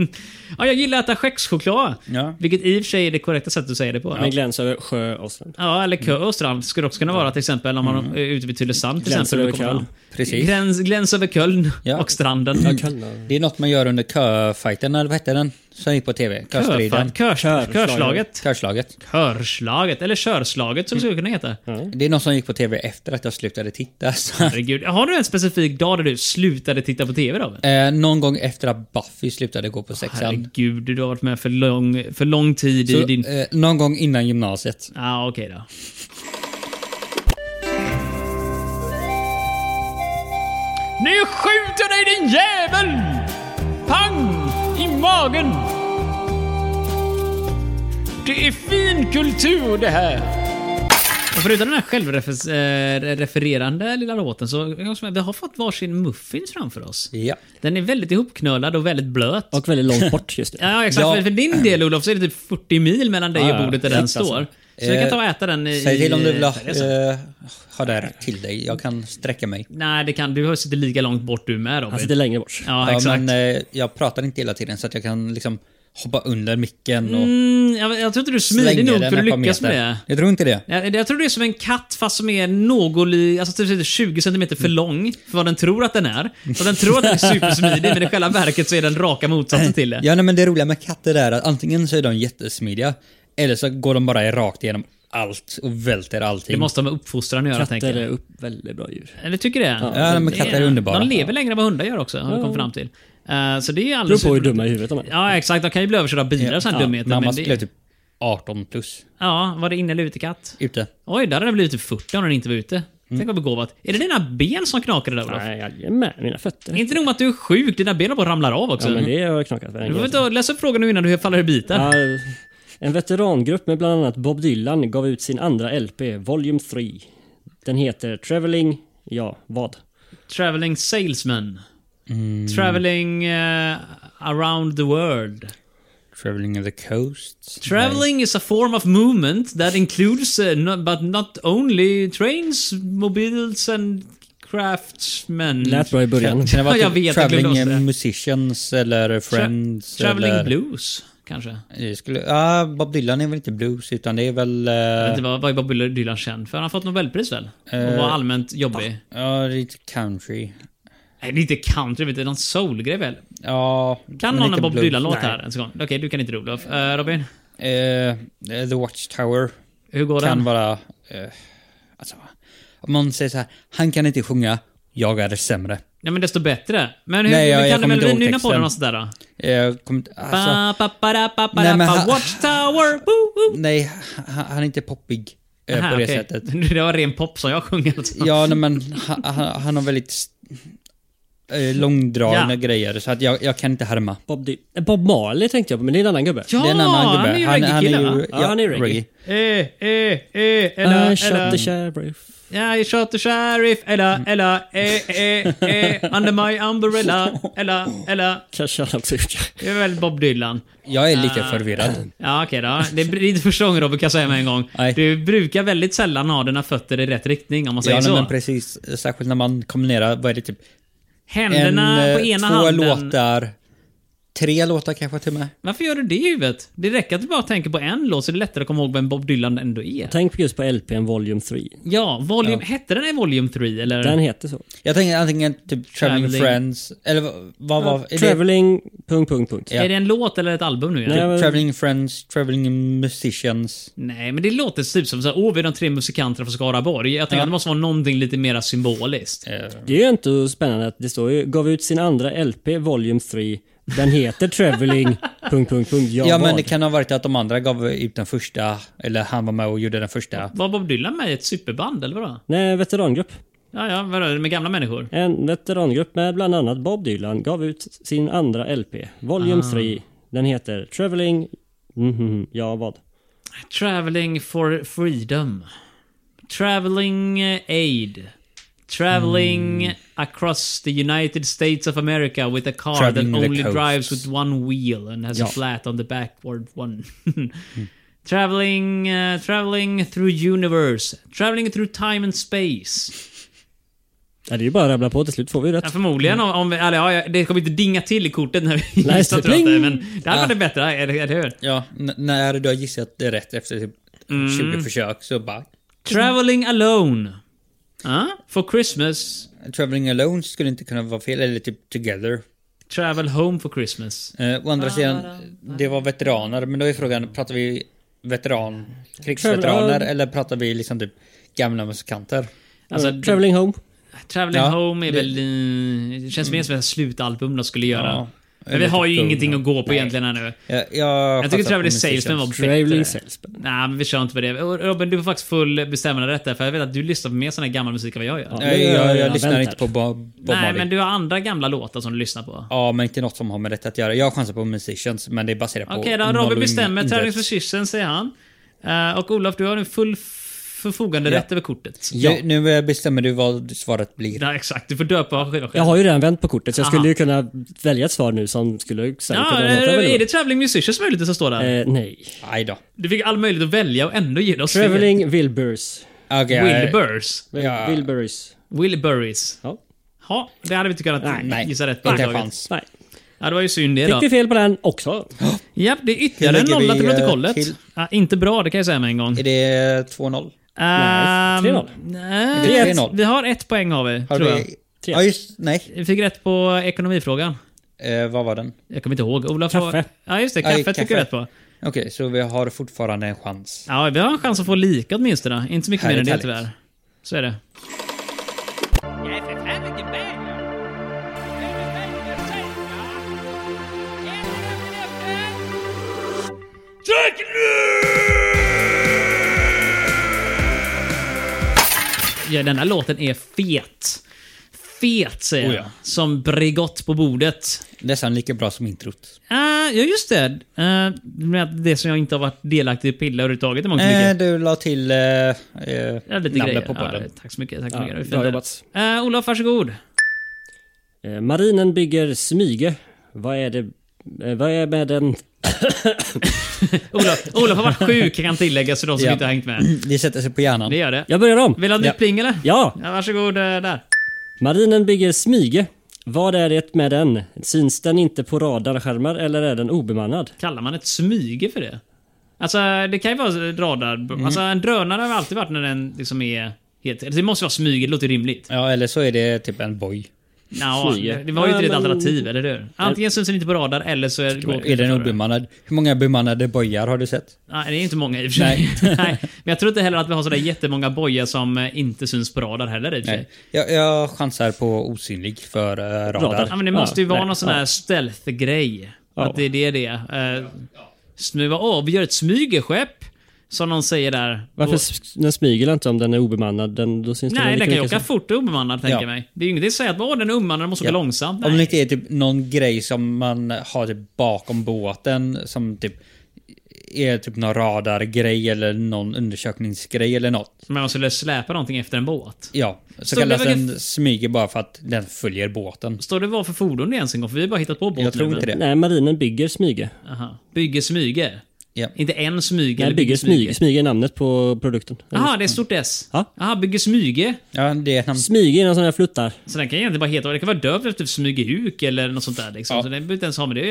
ja, jag gillar att äta skäckschoklad.
Ja.
Vilket i och för sig är det korrekta sättet att säga det på.
Med gläns över sjö och strand.
Ja, eller kö och strand skulle också kunna vara till exempel om man
Mm.
är ute vid Tylösand. till
Gläns
exempel,
över
och kommer
Köln.
fram.
Precis.
Gräns, gräns över Köln
Ja.
och stranden.
Köln.
Det är något man gör under köfighten, eller vad hette den? som gick på tv. Körstriden.
Körfa- Körs,
Körslaget.
körslaget.
Körslaget.
Körslaget, eller körslaget som det skulle kunna heta.
Det är något som gick på tv efter att jag slutade titta. Så.
Herregud. Har du en specifik dag där du slutade titta på TV då?
Eh, någon gång efter att Buffy slutade gå på sexan.
Herregud, du har varit med för lång, för lång tid i
Så,
din...
eh, någon gång innan gymnasiet.
Ja, ah, okej då. Nu skjuter dig din jävel! Pang! I magen! Det är fin kultur det här! Och förutom den här självrefererande lilla låten så vi har fått varsin muffins framför oss.
Ja.
Den är väldigt ihopknölad och väldigt blöt.
Och väldigt långt bort just nu.
Ja, exakt.
Ja.
För- För din del Olof så är det typ 40 mil mellan dig
Ja,
och
ja.
bordet där
Exakt
den
alltså.
står. Så du kan ta och äta den i...
Eh, Säg till om du vill ha,
färjan sen.
eh, ha det här till dig. Jag kan sträcka mig.
Nej, det kan, du sitter lika långt bort du med
Han
Robin.
sitter längre bort.
Ja,
Ja,
exakt.
men eh, jag pratar inte hela tiden så att jag kan liksom hoppa under micken och
Mm, jag, jag tror inte du är smidig
slänga
nog
den
för att
ett par
lyckas med
meter.
det.
Jag tror inte det.
Jag, jag tror det är som en katt fast som är någorlunda, alltså typ 20 cm för lång för vad den tror att den är. Så den tror att den är supersmidig men i själva verket så är den raka motsatsen till det.
Ja, nej, men det roliga med katter är att antingen så är de jättesmidiga eller så går de bara rakt igenom allt och välter allting.
Det måste ha med uppfostran att göra tänker
Katter
jag.
är upp väldigt bra djur.
Eller tycker det?
Ja, men katter är
Det
underbara.
De lever längre än vad hundar gör också, har vi kommit fram till. Eh, så det är ju
Beror
alldeles...
på hur dumma i huvudet de är.
Ja, exakt. De kan ju bli överkörda av bilar och sådana dumheter.
Mamma
men
skulle
det,
typ 18 plus
ja, var det inne eller utekatt?
ute.
Oj, där hade det blivit typ 40 om den inte var ute. Tänk vad begåvat. Är det dina ben som knakade där Olof?
Nej, jajamän. Mina fötter.
Inte nog med att du är sjuk, dina ben har bara ramlar av
Ja,
också.
men det har jag knakat
Mm. Du
varje
får
gång.
ta, läsa upp frågan nu innan du faller i bitar.
Ja, en veterangrupp med bland annat Bob Dylan gav ut sin andra LP, Volume 3. Den heter Traveling... Ja, vad?
Traveling salesman. Traveling eh, around the world.
Traveling of the coast.
Traveling is a form of movement that includes, uh, not, but not only trains, mobiles and craftsmen.
Lät bra i början.
Kan, kan det vara
Ja, jag
typ
vet, jag glömde
traveling
också det.
musicians eller friends?
Traveling
eller,
blues, kanske.
Det Skulle, ja, Bob Dylan är väl inte blues utan det är väl... eh,
Jag vet inte vad, vad är Bob Dylan känd för? Han har fått Nobelpris väl? och var allmänt jobbig.
Ja, det är lite country.
Nej, det är inte country, vet du, det är någon soulgrej väl?
Ja,
Kan
men
någon
lite
en Bob
blues.
Dylan-låt
Nej.
här? En sekund. Okej, du kan inte det Olof. Eh, Robin,
Eh, The Watchtower
hur går
kan
den?
vara... eh, alltså, om man säger så här, han kan inte sjunga, jag är sämre.
Nej men desto bättre. Men hur,
Nej, jag-
men
jag
kan
kommer
du
inte
väl
ihåg
nynna på den
texten.
och sådär då?
Eh, kom, inte- alltså,
Ba, ba, ba, da, ba, ba,
Nej,
da,
men
ba,
han-
Watchtower! Woo, woo.
nej, han, han är inte poppig eh,
Aha,
på det
okej.
sättet.
Det var ren pop som jag sjunger. Alltså.
Ja, nej, men han, han, han har väldigt s- eh, långdragna
Ja.
grejer så att jag, jag kan inte härma.
Bob, Dy- eh, Bob Marley tänkte jag på, men det är en annan gubbe.
Ja,
det är en annan gubbe.
Ah, han är ju reggae-kille va?
Ja, han är reggae.
Eh, eh, eh, eller,
I shot
eller...
the sheriff.
Yeah, I shot the sheriff, eller, eller, eh, eh, eh, under my umbrella, eller, eller...
Kanske han också gjort.
Det är väl Bob Dylan.
Jag är
Ah.
lite förvirrad.
Ja, okej då. Det är inte första gången Robin kan jag säga med en gång.
Nej.
Du brukar väldigt sällan ha dina fötter i rätt riktning om man säger
Ja, nej,
så.
men precis. Särskilt när man kombinerar, vad är det typ?
Händerna
en,
på
eh,
ena
två
handen.
låtar, tre låtar kanske till och med.
Varför gör du det i huvudet? Det räcker att du bara tänker på en låt så är det lättare att komma ihåg vem Bob Dylan ändå är.
Tänk just på LPn Volume 3.
Ja, volume, hette den i Volume 3 eller?
Den heter så.
Jag tänker antingen typ Traveling,
Traveling.
Friends, eller vad- vad var... är det?
Traveling... Punkt, punkt, punkt.
Ja.
Är det en låt eller ett album nu?
Nej.
Nej.
Traveling Friends, Traveling Musicians.
Nej, men det låter typ som såhär, åh vi är de tre musikanterna från Skaraborg. Jag tänker att det måste vara någonting lite mer symboliskt.
Eh,
Det är ju inte så spännande att det står ju, gav ut sin andra LP, Volume 3. Den heter Traveling... punkt, punkt, punkt. Jag
ja, men
bad.
det kan ha varit att de andra gav ut den första, eller han var med och gjorde den första.
Var Bob Dylan med i ett superband eller vadå?
Nej, veterangrupp.
Ja, ja, vadå, är det med gamla människor?
En veterangrupp med bland annat Bob Dylan gav ut sin andra LP, Volume
Ah.
3. Den heter Traveling... Mhm, ja, vad?
Traveling for freedom. Traveling eh, aid. Traveling across the United States of America with a car
Traveling
that
the
only
coasts.
drives with one wheel and has a
Ja.
flat on the backward one. Traveling, eh, traveling through universe. Traveling through time and space.
Ja, det är ju bara att rabbla på, till slut får vi ju
Ja,
rätt.
förmodligen om, om vi, eller, ja, ja, det kommer inte dinga till i kortet när vi
Nej,
gissar
så
tror jag
pling!
inte, men det hade varit bättre, eller eller hur?
Ja, n- när du har gissat det rätt efter typ 20 försök så bara...
Traveling alone. Ah, for Christmas.
Traveling Alone skulle inte kunna vara fel, eller typ Together.
Travel home for Christmas.
Eh, å andra sidan, det var veteraner, men då är frågan, pratar vi veteran, krigsveteraner
Traveler.
eller pratar vi liksom typ gamla musikanter?
Alltså,
Eh, Traveling Home.
Traveling
Ja,
Home är
det-
väl... i- Det känns mer som ett slutalbum de skulle göra.
Ja,
Men vi har ju
Eller typ
ingenting att
Gunnar.
gå på
Nej.
egentligen här nu.
Jag,
Jag
jag,
tycker
chansar på
Traveling
Musicians.
Salesman var bättre.
Traveling Salesman.
Nej, men vi kör inte på det. Och Robin, du får faktiskt full bestämmanderätt där, för jag vet att du lyssnar på mer sån här gammal musik än vad jag gör.
Ja.
Nej, jag, jag,
Jag
lyssnar
väntar.
inte på Bob, Bob
Nej,
Marley.
men du har andra gamla låtar som du lyssnar på.
Ja, men inte något som har med detta att göra. Jag chansar på Musicians, men det är baserat på...
Okej då,
noll och
Robin
ing-
bestämmer.
inget.
Travelings Position, säger han. Eh, och Olof, du har nu full f- förfoganderätt över kortet.
Ja. Nu, nu eh, bestämmer du vad svaret blir.
Ja, exakt. Du får döpa själva
Jag
själv.
har ju redan vänt på kortet så jag
Aha.
skulle ju kunna välja ett svar nu som skulle typ sen
Ja,
kunna låta
är det
väldigt
Traveling Musicians möjligtvis som står
bra.
där?
Eh, nej.
Aj då.
Du fick all möjlighet att välja och ändå ger du oss fel.
Traveling Wilburs.
Okay,
Wilburys.
Ja.
Wilburys.
Wilburys.
Ja.
Ja, det hade vi inte kunnat
Nej,
gissa rätt på.
inte en
överhuvudtaget.
chans.
Nej.
Ja, det var ju synd det
Fick
då.
vi fel på den också?
Japp, det är ytterligare
Hur
en
lägger
nolla till
vi, eh,
protokollet.
till?
Ja, inte bra, det kan jag säga med en gång.
Är det 2-0?
Nej,
Ehm,
3-0.
nej,
Det är
ett-
3-0.
Vi har ett poäng har vi,
Har
tror
vi...
jag.
Tre.
Ja, just Nej.
Vi fick rätt på ekonomifrågan.
Eh, vad var den?
Jag kommer inte ihåg. Ola får-
Kaffe.
Ja, just det.
Ja,
Kaffet fick
kaffe.
vi rätt på.
Okej, så vi har fortfarande en chans.
Ja, vi har en chans att få lika åtminstone. Inte så mycket mer än
Härligt,
det
härligt.
tyvärr. Så är det. Ja, den här låten är fet. Fet säger
Oh,
jag.
ja.
Som Bregott på bordet.
Nästan lika bra som introt.
Eh, ja, just det. Eh, med det som jag inte har varit delaktig i pilla överhuvudtaget i mångt och mycket.
Eh, du la till eh, eh,
Ja, lite
namnet
grejer.
på podden.
Ja, tack så mycket. Tack så
Ja,
mycket. Det var
bra
fint.
jobbat.
Eh, Olof, varsågod.
Eh, marinen bygger Smyge. Vad är det... Eh, vad är med den...
Olof, Olof har varit sjuk kan tilläggas för de som
Ja.
inte har hängt med.
Det sätter sig på hjärnan.
Det gör det.
Jag börjar om!
Vill du ha ett
Ja.
nytt pling eller?
Ja!
Ja, varsågod eh, där.
Marinen bygger Smyge. Vad är det med den? Syns den inte på radarskärmar eller är den obemannad?
Kallar man ett smyge för det? Alltså, det kan ju vara radar... Alltså, en drönare har alltid varit när den liksom är... Helt, det måste vara smyge, det låter rimligt.
Ja, eller så är det typ en boj.
Nå,
Smyge.
det var ju
Ja,
inte ett
men-
alternativ, eller hur? Antingen syns den inte på radar eller så är det... går-
Är den obemannad? Hur många bemannade bojar har du sett?
Nej, det är inte många i och för sig. Nej. Men jag tror inte heller att vi har sådär jättemånga bojar som eh, inte syns på radar heller i och för sig.
Nej. Jag, jag chansar på osynlig för eh, radar.
Radar.
Ja, men det måste ju
Ja,
vara
nej,
någon sån här stealth-grej. Att det är det det är. Eh, smuva av. Vi gör ett smygeskepp. Som någon säger där.
Varför
Och-
s- den smyger inte om den är obemannad? Den, då syns
Nej,
den
den kan ju
mycket
åka fort och obemannad, tänker
Ja.
mig. Det är ju ingenting som säger att åh, den är obemannad, den måste åka
Ja.
långsamt.
Om
Nej.
det inte är typ någon grej som man har typ bakom båten som typ är typ någon radargrej eller någon undersökningsgrej eller något.
Men man skulle släpa någonting efter en båt.
Ja, så,
Så
kallas
det var-
den smyger bara för att den följer båten.
Står det vad för fordon det ens en gång? För vi har bara hittat på båt
Jag tror
nu,
inte
men-
det.
Nej, marinen bygger Smyge.
Aha. Bygger smyge.
Ja.
Inte en smyge.
Nej,
eller
bygger Smyge. Smyge är namnet på produkten.
Jaha, det är stort S.
Ja.
Jaha, bygger smyge.
ja, det är namn.
Smyge är någon sån här fluttar.
Så den kan egentligen bara heta, det kan vara dövt efter smygehuk eller något sånt där liksom.
Ja.
Så den behöver inte ens ha med det att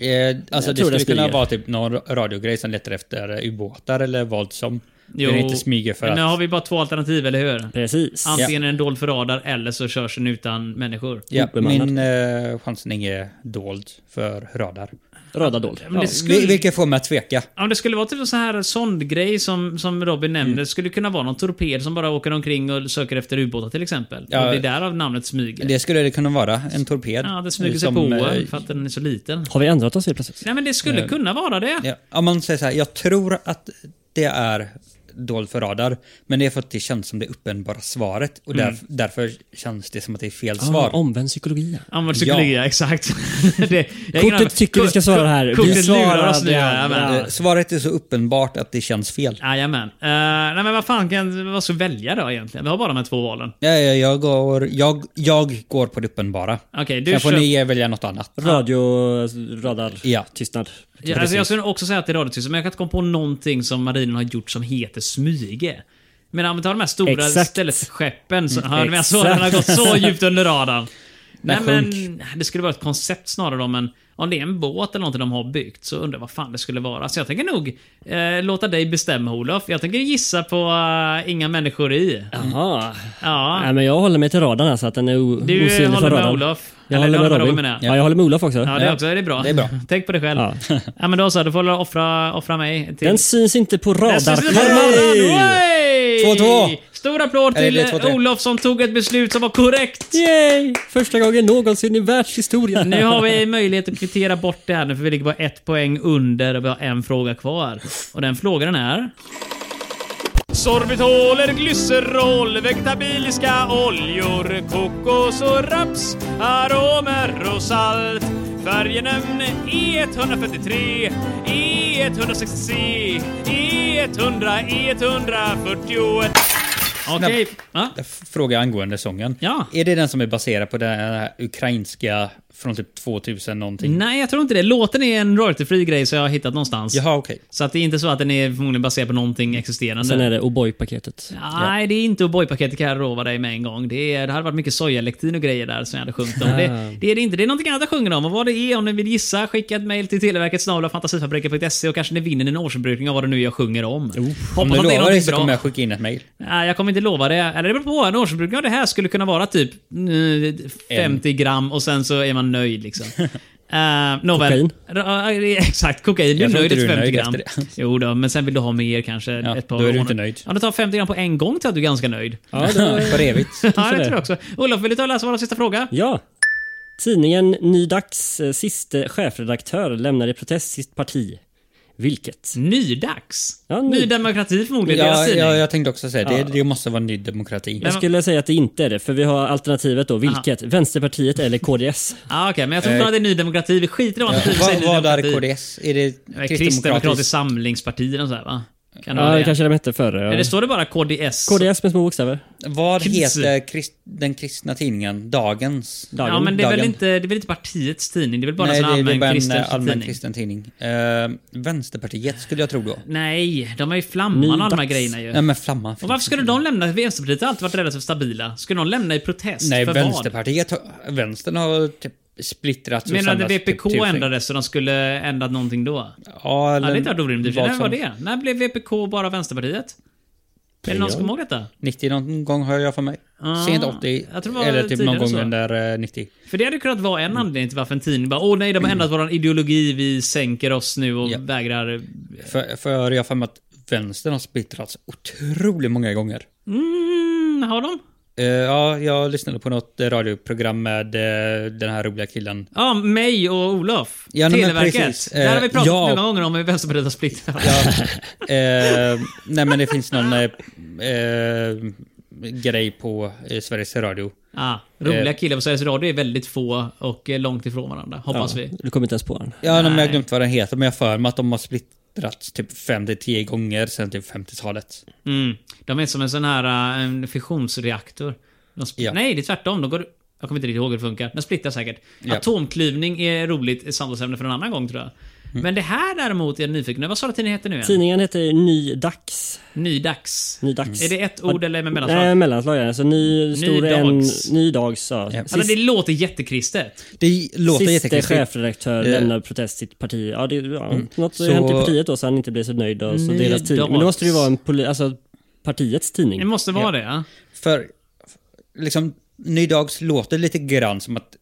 göra.
Eh, alltså det
tror det
skulle kunna
smyger.
vara typ någon radiogrej som letar efter eh, ubåtar eller vad som.
Jo,
Den inte smyger för
men
att...
Nu har vi bara två alternativ, eller hur?
Precis.
Antingen är den dold för radar eller så körs den utan människor.
Ja,
obemannad.
min eh, chansning är dold för radar.
Radardold.
Men det
Vil-
skulle,
Vilket får mig att tveka.
om det skulle vara typ så här sondgrej som, som Robin nämnde,
Mm.
det skulle kunna vara någon torped som bara åker omkring och söker efter ubåtar till exempel.
Ja.
och det är därav namnet smyger.
Det skulle det kunna vara. En torped.
ja, det smyger sig
Som,
på
eh,
en för att den är så liten.
Har vi ändrat oss helt plötsligt?
Nej men det skulle kunna vara det.
Ja, om man säger så här, jag tror att det är dold för radar, men det är för att det känns som det uppenbara svaret och
Mm.
där, därför känns det som att det är fel svar.
Ah, omvänd psykologi.
Använd psykologi, ja. exakt. det, jag
Kortet
gillar-
tycker vi ska svara
Kort-
här. Vi
Kortet lurar
svarar
oss nu.
det
Ja,
andra.
men.
Eh, Svaret är så uppenbart att det känns fel.
Jajamän. Uh, nej men vad fan kan... Vad ska vi välja då egentligen? Vi har bara de här två valen.
Ja, ja, jag, går, jag, jag går på det uppenbara.
Okej, du
Sen får
kör-
ni välja något annat.
Radio, radar,
Ja.
tystnad.
Ja, alltså jag skulle också säga att det är radiotyst, men jag kan inte komma på någonting som marinen har gjort som heter smyge. Men om vi tar de här stora
Exakt.
ställskeppen, så hör ni med så
exakt.
den har gått så djupt under radarn. Nej,
Den
men, det skulle vara ett koncept snarare om en, om det är en båt eller någonting de har byggt så undrar jag vad fan det skulle vara. Så jag tänker nog eh, låta dig bestämma Olof. Jag tänker gissa på eh, inga människor i.
Jaha.
Ja,
Nej, men jag håller mig till radarn här, så att den är o-
du
osynlig
håller
för
med
radarn.
Olof.
Jag
Eller,
håller med
ja,
Robin.
menar jag.
Ja, jag håller med Olof också.
Ja, det är också. Det är bra.
Det är bra.
Tänk på det själv. Ja,
Ja.
men då så. Då får du offra, offra mig. Till...
Den syns inte på
Den syns inte på
radarskärmen.
radarn. Oj!
2-2.
Stor applåd
Eller
till
det är 2-3.
Olof som tog ett beslut som var korrekt.
Yay! Första gången någonsin i världshistorien.
Nu har vi möjlighet att kvittera bort det här nu för vi ligger bara ett poäng under och vi har en fråga kvar. Och den frågan är... Sorbitoler, glycerol, vegetabiliska oljor, kokos och raps, aromer och salt. E Färgenämn E143, E E160, E E100, E141. Okej. Ja.
Jag f- Fråga angående sången.
Ja.
Är det den som är baserad på den här ukrainska från typ 2000 någonting?
Nej, jag tror inte det. Låten är en royaltyfri grej som jag har hittat någonstans.
Jaha, okej.
Så att det är inte så att den är förmodligen baserad på någonting existerande.
Sen är det O'boy-paketet.
Nej, det är inte O'boy-paketet kan jag lova dig med en gång. Det, är, det hade varit mycket sojalektin och grejer där som jag hade sjungit om. Det, det är det inte. Det är någonting annat jag sjunger om. Och vad det är, om ni vill gissa, skicka ett mejl till televerket snabel-a fantasifabriken.se och kanske ni vinner en årsförbrukning av vad det nu är jag sjunger om.
Om
Hoppas
du
att det är
lovar det
någonting
så
bra.
kommer
Jag...
jag skicka in ett mejl.
Nej, jag kommer inte lova det. Eller det beror på. En årsförbrukning av det här skulle kunna vara typ eh, 50 gram och sen så är man nöjd liksom. Uh, nåväl.
Kokain.
Ra- eh, Exakt, kokain. Du är
Jag tror
nöjd
inte
efter
du är
50
nöjd
gram.
efter det.
Jo då, men sen vill du ha mer kanske.
Ja,
ett par
då är du
år.
inte nöjd.
Om du tar 50 gram på en gång tror jag att du är ganska nöjd.
Ja, det var...
För evigt.
Ja, det
det.
tror jag också. Olof, vill du ta och läsa vår sista fråga?
ja. Tidningen Ny Dags eh, siste chefredaktör lämnar i protest sitt parti. Vilket?
Mm. Nydags?
Ja, ny-
ny. demokrati förmodligen, deras
Ja,
tidning.
ja, jag tänkte också säga det. Det måste vara Ny Demokrati.
Jag skulle säga att det inte är det, för vi har alternativet då. Vilket? Vänsterpartiet eller KDS?
Ah, Okej, men jag tror fortfarande det är Ny Demokrati. Vi skiter i vad
Eh.
ja.
Ja,
typ
vad
säger
vad
Ny
är
Demokrati.
KDS? Är det
Nej, Kristdemokratiskt
kristdemokratiskt?
samlingsparti eller något sådär va? Kan det
Ja,
vara
det
det?
kanske de hette förr.
Mm.
Eller
Ja.
står det bara KDS?
KDS med små bokstäver.
Vad
Krist-
heter krist, den kristna tidningen? Dagens?
Dagen.
Ja, men det är, väl
Dagen.
inte, det är väl inte partiets tidning? Det är väl bara
Nej,
en
det,
sån
det är
allmän
bara en
kristen
eh, allmän
tidning?
kristen tidning. Eh, Vänsterpartiet skulle jag tro då.
Nej, de har ju Flamman och alla de här grejerna ju.
Nej men flamman.
Och varför skulle de lämna? Vänsterpartiet har alltid varit relativt stabila. Skulle de lämna i protest?
Nej,
för vad?
Vänsterpartiet har, vänstern har typ splittrats och
Menar du att
samlats typ
VPK
tusen-
ändrades så de skulle ändrat någonting då?
Ja, eller
Ja, det är inte varit orimligt.
vad
När var
som-
det? När blev VPK bara Vänsterpartiet? Är det någon som kommer ihåg detta?
90 någon gång har jag för mig.
Ja,
Sent 80.
Ah, jag tror det var
eller typ någon
tidigare
gång
så.
under eh, 90.
För det hade kunnat vara
Mm.
en anledning till varför en tidning bara åh nej, de har ändrat våran ideologi, vi sänker oss nu och
Ja.
vägrar...
För, för jag har för mig att vänstern har splittrats otroligt många gånger.
Mm, har de?
Eh, ja, jag lyssnade på något eh, radioprogram med eh, den här roliga killen.
Ja, mig och Olof.
Ja, nej, men
Televerket.
precis.
Där har vi
Eh,
pratat
ja.
många gånger om hur Vänsterpartiet har splittrat.
Ja, eh, nej men det finns någon eh, eh, grej på eh, Sveriges Radio.
Ah, roliga
Eh.
killar på Sveriges Radio är väldigt få och eh, långt ifrån varandra, hoppas vi.
Du kommer inte ens på den.
Ja, nej. men jag har glömt vad den heter, men jag har för mig att de har splittrats typ 5-10 gånger sedan typ 50-talet.
Mm. De är som en sån här eh, en fissionsreaktor. De spl-
Ja.
Nej, det är tvärtom. De går... Jag kommer inte riktigt ihåg hur det funkar. Den splittrar säkert.
Ja.
Atomklyvning är roligt samtalsämne för en annan gång tror jag.
Mm.
Men det här däremot är jag nyfiken på. Vad sa du tidningen heter nu igen?
Tidningen heter Ny Dags.
Nydags.
Ny Dags.
Är det ett ord eller med mellanslag?
Nej, mellanslag är det. Så ny, stor en...
Dags.
Ny Dags, ja.
Ja.
Alltså, det
Sist,
låter jättekristet.
Det låter
siste
jättekonstigt.
chefredaktör
Eh.
lämnar protest sitt parti. Ja, det, ja, Något har
Så-
hänt i partiet då Mm. så han inte blir så nöjd. Då, så
Ny
deras tidning. Men då måste det ju
Dags.
vara en poli, alltså, partiets tidning.
Det måste vara det, ja.
För liksom, Ny Dags låter lite grann som att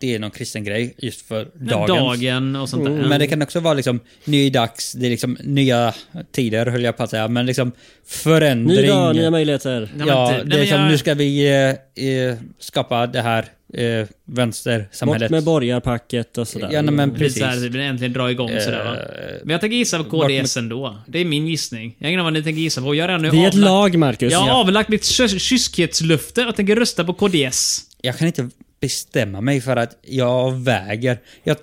det är någon kristen grej just för dagens.
Dagen och sånt där.
Men det kan också vara liksom ny dags, det är liksom nya tider höll jag på att säga, men liksom förändring.
Ny dag, nya möjligheter.
Nej, men
Ja,
typ.
det är
Nej, men
liksom,
jag-
nu ska vi eh, eh, skapa det här eh, vänstersamhället.
Bort med borgarpacket och sådär.
Ja, nej, men
Precis.
precis.
Så här, vi vill äntligen dra igång sådär va.
Eh,
Men jag tänker gissa på
vart med-
KDS ändå. Det är min gissning. Jag har ingen aning vad ni tänker gissa på. Jag har redan nu
Vi är ett
avlagt-
lag, Marcus.
Jag har avlagt mitt kys- kyskhetslöfte och tänker rösta på KDS.
Jag kan inte bestämma mig för att jag väger. Jag,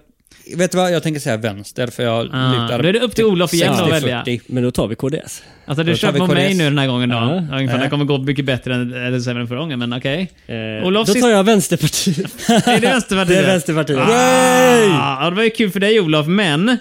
vet du vad, jag tänker säga vänster för jag
Ah,
lutar...
då är det upp till Olof igen då att
60-40.
välja.
Men då tar vi KDS.
Alltså du
Då
kör
tar vi
på
KDS.
mig nu den här gången då.
Ja.
Ja. Ungefär, det
Ja.
kommer gå mycket bättre än, eller sämre än förra gången, men okej.
Eh,
Olof,
då
sist-
tar jag Vänsterpartiet.
Är det Vänsterpartiet?
Det är Vänsterpartiet.
Ah, ja, det var ju kul för dig Olof, men...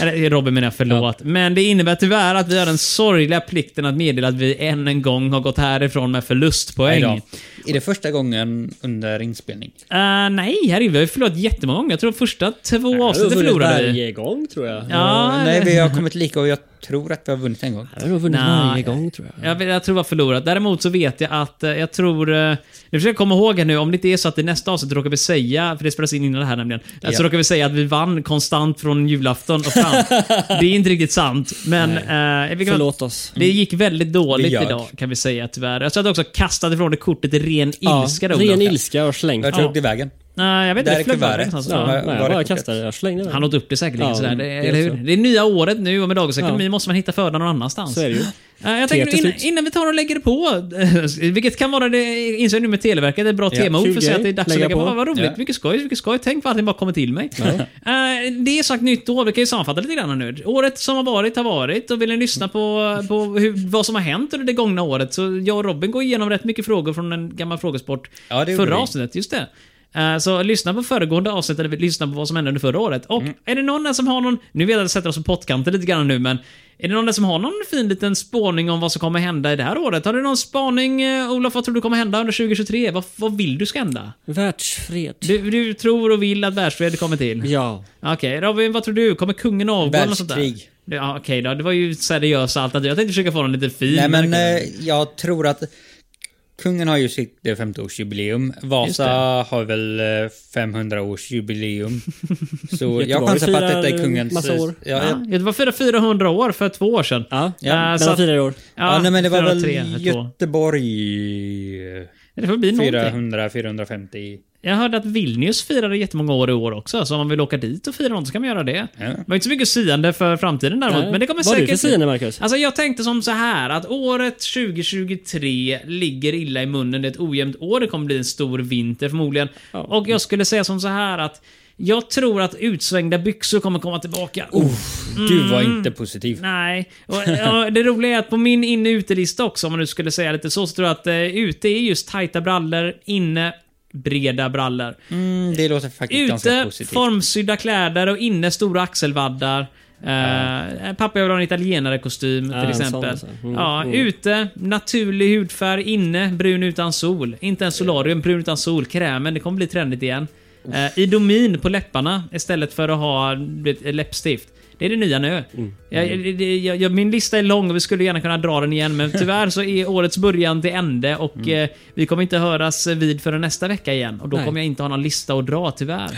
Eller Robin menar jag, förlåt. Men det innebär tyvärr att vi har den sorgliga plikten att meddela att vi än en gång har gått härifrån med
Nej
förlustpoäng.
då. Är det första gången under inspelning?
Eh, nej, herregud, vi har ju förlorat jättemånga gånger. Jag tror första två
Jag har
avsnitten
vunnit
förlorade vi.
varje gång tror jag.
Ja,
Nej, vi har kommit lika och jag tror att vi har vunnit en gång.
Jag har nog vunnit
Nej.
varje gång tror jag.
Jag, vet- jag tror jag har förlorat. Däremot så vet jag att eh, jag tror... eh, Nu försöker jag komma ihåg här nu, om det inte är så att i nästa avsnitt råkar vi säga, för det spelas in innan det här nämligen, eh, så
Ja.
råkar vi säga att vi vann konstant från julafton och fram. det är inte riktigt sant, men... Eh, vi kan,
Förlåt oss.
Det gick väldigt dåligt
Det gör.
idag, kan vi säga tyvärr. Jag tror att jag också kastade ifrån det kortet i ren ilska. då,
ren
Olof.
ilska och slängt.
Jag tog det i vägen.
Nej, jag vet inte.
Där
Det
är
flög alltså.
kuvertet.
iväg någonstans.
Ja.
Ja, nej,
Var- var
jag
det
bara
kortet?
kastade det. Jag slängde det.
Han åt upp det säkerligen
Ja,
sådär,
det
det,
är
eller hur?
så.
Det är nya året nu och med dagisekonomin måste man hitta föda någon annanstans.
Så är det ju.
Eh, Jag tänker,
Teet är
innan,
slut.
innan vi tar och lägger på, vilket kan vara det, inser jag nu med Televerket, ett bra
Ja,
temaord för
kul
att säga
grej.
att det är dags
Lägga
att lägga på.
på.
Vad roligt,
Ja.
mycket skoj, mycket skoj. Tänk vad allting bara kommer till mig. Eh, det är sagt nytt år, vi kan ju sammanfatta lite grann nu. Året som har varit har varit och vill ni lyssna på, på hur, vad som har hänt under det gångna året så jag och Robin går igenom rätt mycket frågor från en gammal frågesport
Ja, det gjorde
förra
vi.
avsnittet, just det. Eh, Så lyssna på föregående avsnitt, eller lyssna på vad som hände under förra året. Och
Mm.
är det någon där som har någon, nu vet jag att jag sätter oss på pottkanten lite grann nu, men är det någon där som har någon fin liten spåning om vad som kommer hända i det här året? Har du någon spaning, eh, Olof, vad tror du kommer hända under 2023? Vad, vad vill du ska hända?
Världsfred.
Du, du tror och vill att världsfred kommer till?
Ja.
Okej, Robin, vad tror du? Kommer kungen avgå eller något sånt där?
Världskrig.
Ja, Okej då, det var ju seriösa alternativ. Jag tänkte försöka få någon lite fin.
Nej men
verkligen.
eh, jag tror att kungen har ju sitt eh, 50-årsjubileum.
Just
Vasa
det.
har väl eh, 500-årsjubileum. Så jag
Göteborg
chansar på att detta är
firar, eh,
kungens...
massa år.
Ja, jag,
ja, det var fyra- 400 år för två år sedan.
Ja.
Eh,
Men
så
han
att-
firar i år.
ja, nej men det var väl
403, två.
Göteborg... eh,
Det får bli någonting.
400-450.
Jag hörde att Vilnius firade jättemånga år i år också, så om man vill åka dit och fira något så kan man göra det.
Ja.
Det var inte så mycket siande för framtiden däremot,
Nej.
men det kommer
Vad är du
säkert...
för siande, Marcus?
Alltså jag tänkte som så här att året 2023 ligger illa i munnen. Det är ett ojämnt år, det kommer bli en stor vinter förmodligen.
Ja.
Och jag skulle säga som så här att jag tror att utsvängda byxor kommer komma tillbaka.
Oh.
Du var inte positiv.
Mm. Nej. Och, och det roliga är att på min inne och utelista också, om man nu skulle säga lite så, så tror jag att eh, ute är just tajta brallor, inne breda brallor.
Mm, det låter faktiskt ganska
Ute
positivt.
formsydda kläder och inne stora axelvaddar. Uh, pappa jag vill ha en italienare-kostym
Ja,
till
en sån
exempel.
alltså. Mm,
ja,
mm.
Ute, naturlig hudfärg. Inne, brun utan sol. Inte en solarium, brun utan sol. Krämen, det kommer bli trendigt igen. Uh, Idomin på läpparna istället för att ha du vet, läppstift. Det är det nya nu.
Mm.
Jag, jag- det- jag, jag, min lista är lång och vi skulle gärna kunna dra den igen men tyvärr så är årets början till ände och eh, vi kommer inte höras vid förrän nästa vecka igen. Och då
Mm. Nej.
kommer jag inte ha någon lista att dra tyvärr.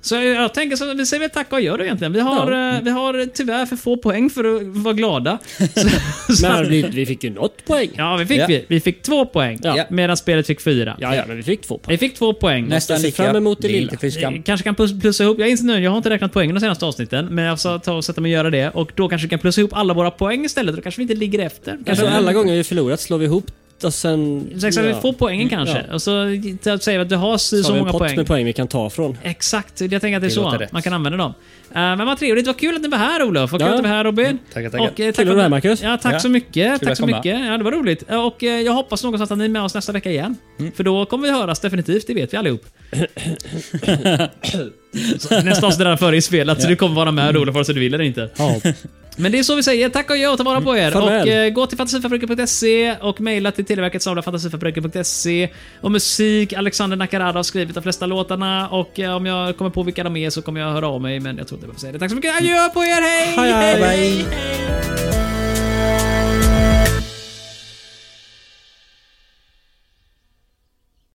Så jag, jag tänker så, vi säger väl tack och gör det egentligen. Vi har, eh, vi har tyvärr för få poäng för att vara glada. Så, så,
Men vi, vi fick ju något poäng. Ja.
ja, vi fick,
Ja.
vi, vi fick två poäng
Ja.
medan spelet fick fyra.
ja, men vi fick två poäng.
Vi fick två poäng.
Nästan
Jag ser
lika.
fram emot det
är
lilla.
inte för skam.
Eh, Kanske kan plus- plussa ihop, jag inser nu, jag har inte räknat poängen de senaste avsnitten, men jag ska ta och sätta mig och göra det. Och då kanske vi kan plussa ihop alla våra poäng istället, då kanske vi inte ligger efter. Kanske
Alltså alla gånger vi förlorat slår vi ihop och sen...
Så exakt, vi
ja.
får poängen kanske. Och så t- säger vi att du har så,
Så
så
har vi
många
en pott
poäng.
med poäng vi kan ta från.
Exakt, jag tänker att det är
Det
så
låter rätt.
man kan använda dem. Eh, men vad trevligt, vad kul att ni var här Olof. Vad kul
Ja.
att du var här Robin.
Mm, Tackar, tackar.
eh,
Kul att
för-
vara här, Marcus.
Ja, tack
Ja.
så mycket.
Kul
tack
att
så
komma.
mycket. Ja, det var roligt. Eh, Och eh, jag hoppas någonstans att ni är med oss nästa vecka igen.
Mm.
För då kommer vi höras definitivt, det vet vi allihop. Så nästa avsnitt är redan förinspelat, så du kommer vara med Olof vare sig du vill eller inte. Men det är så vi säger. Tack och jag, ta vara på er.
Farväl.
Och eh, gå till fantasifabriken.se och mejla till Televerket snabla fantasifabriken.se. Och musik, Alexander Nakarada har skrivit de flesta låtarna. Och eh, om jag kommer på vilka de är så kommer jag höra av mig. Men jag tror inte jag behöver säga det. Tack så mycket. Adjö på er, hej!
Hej, hej.
hej.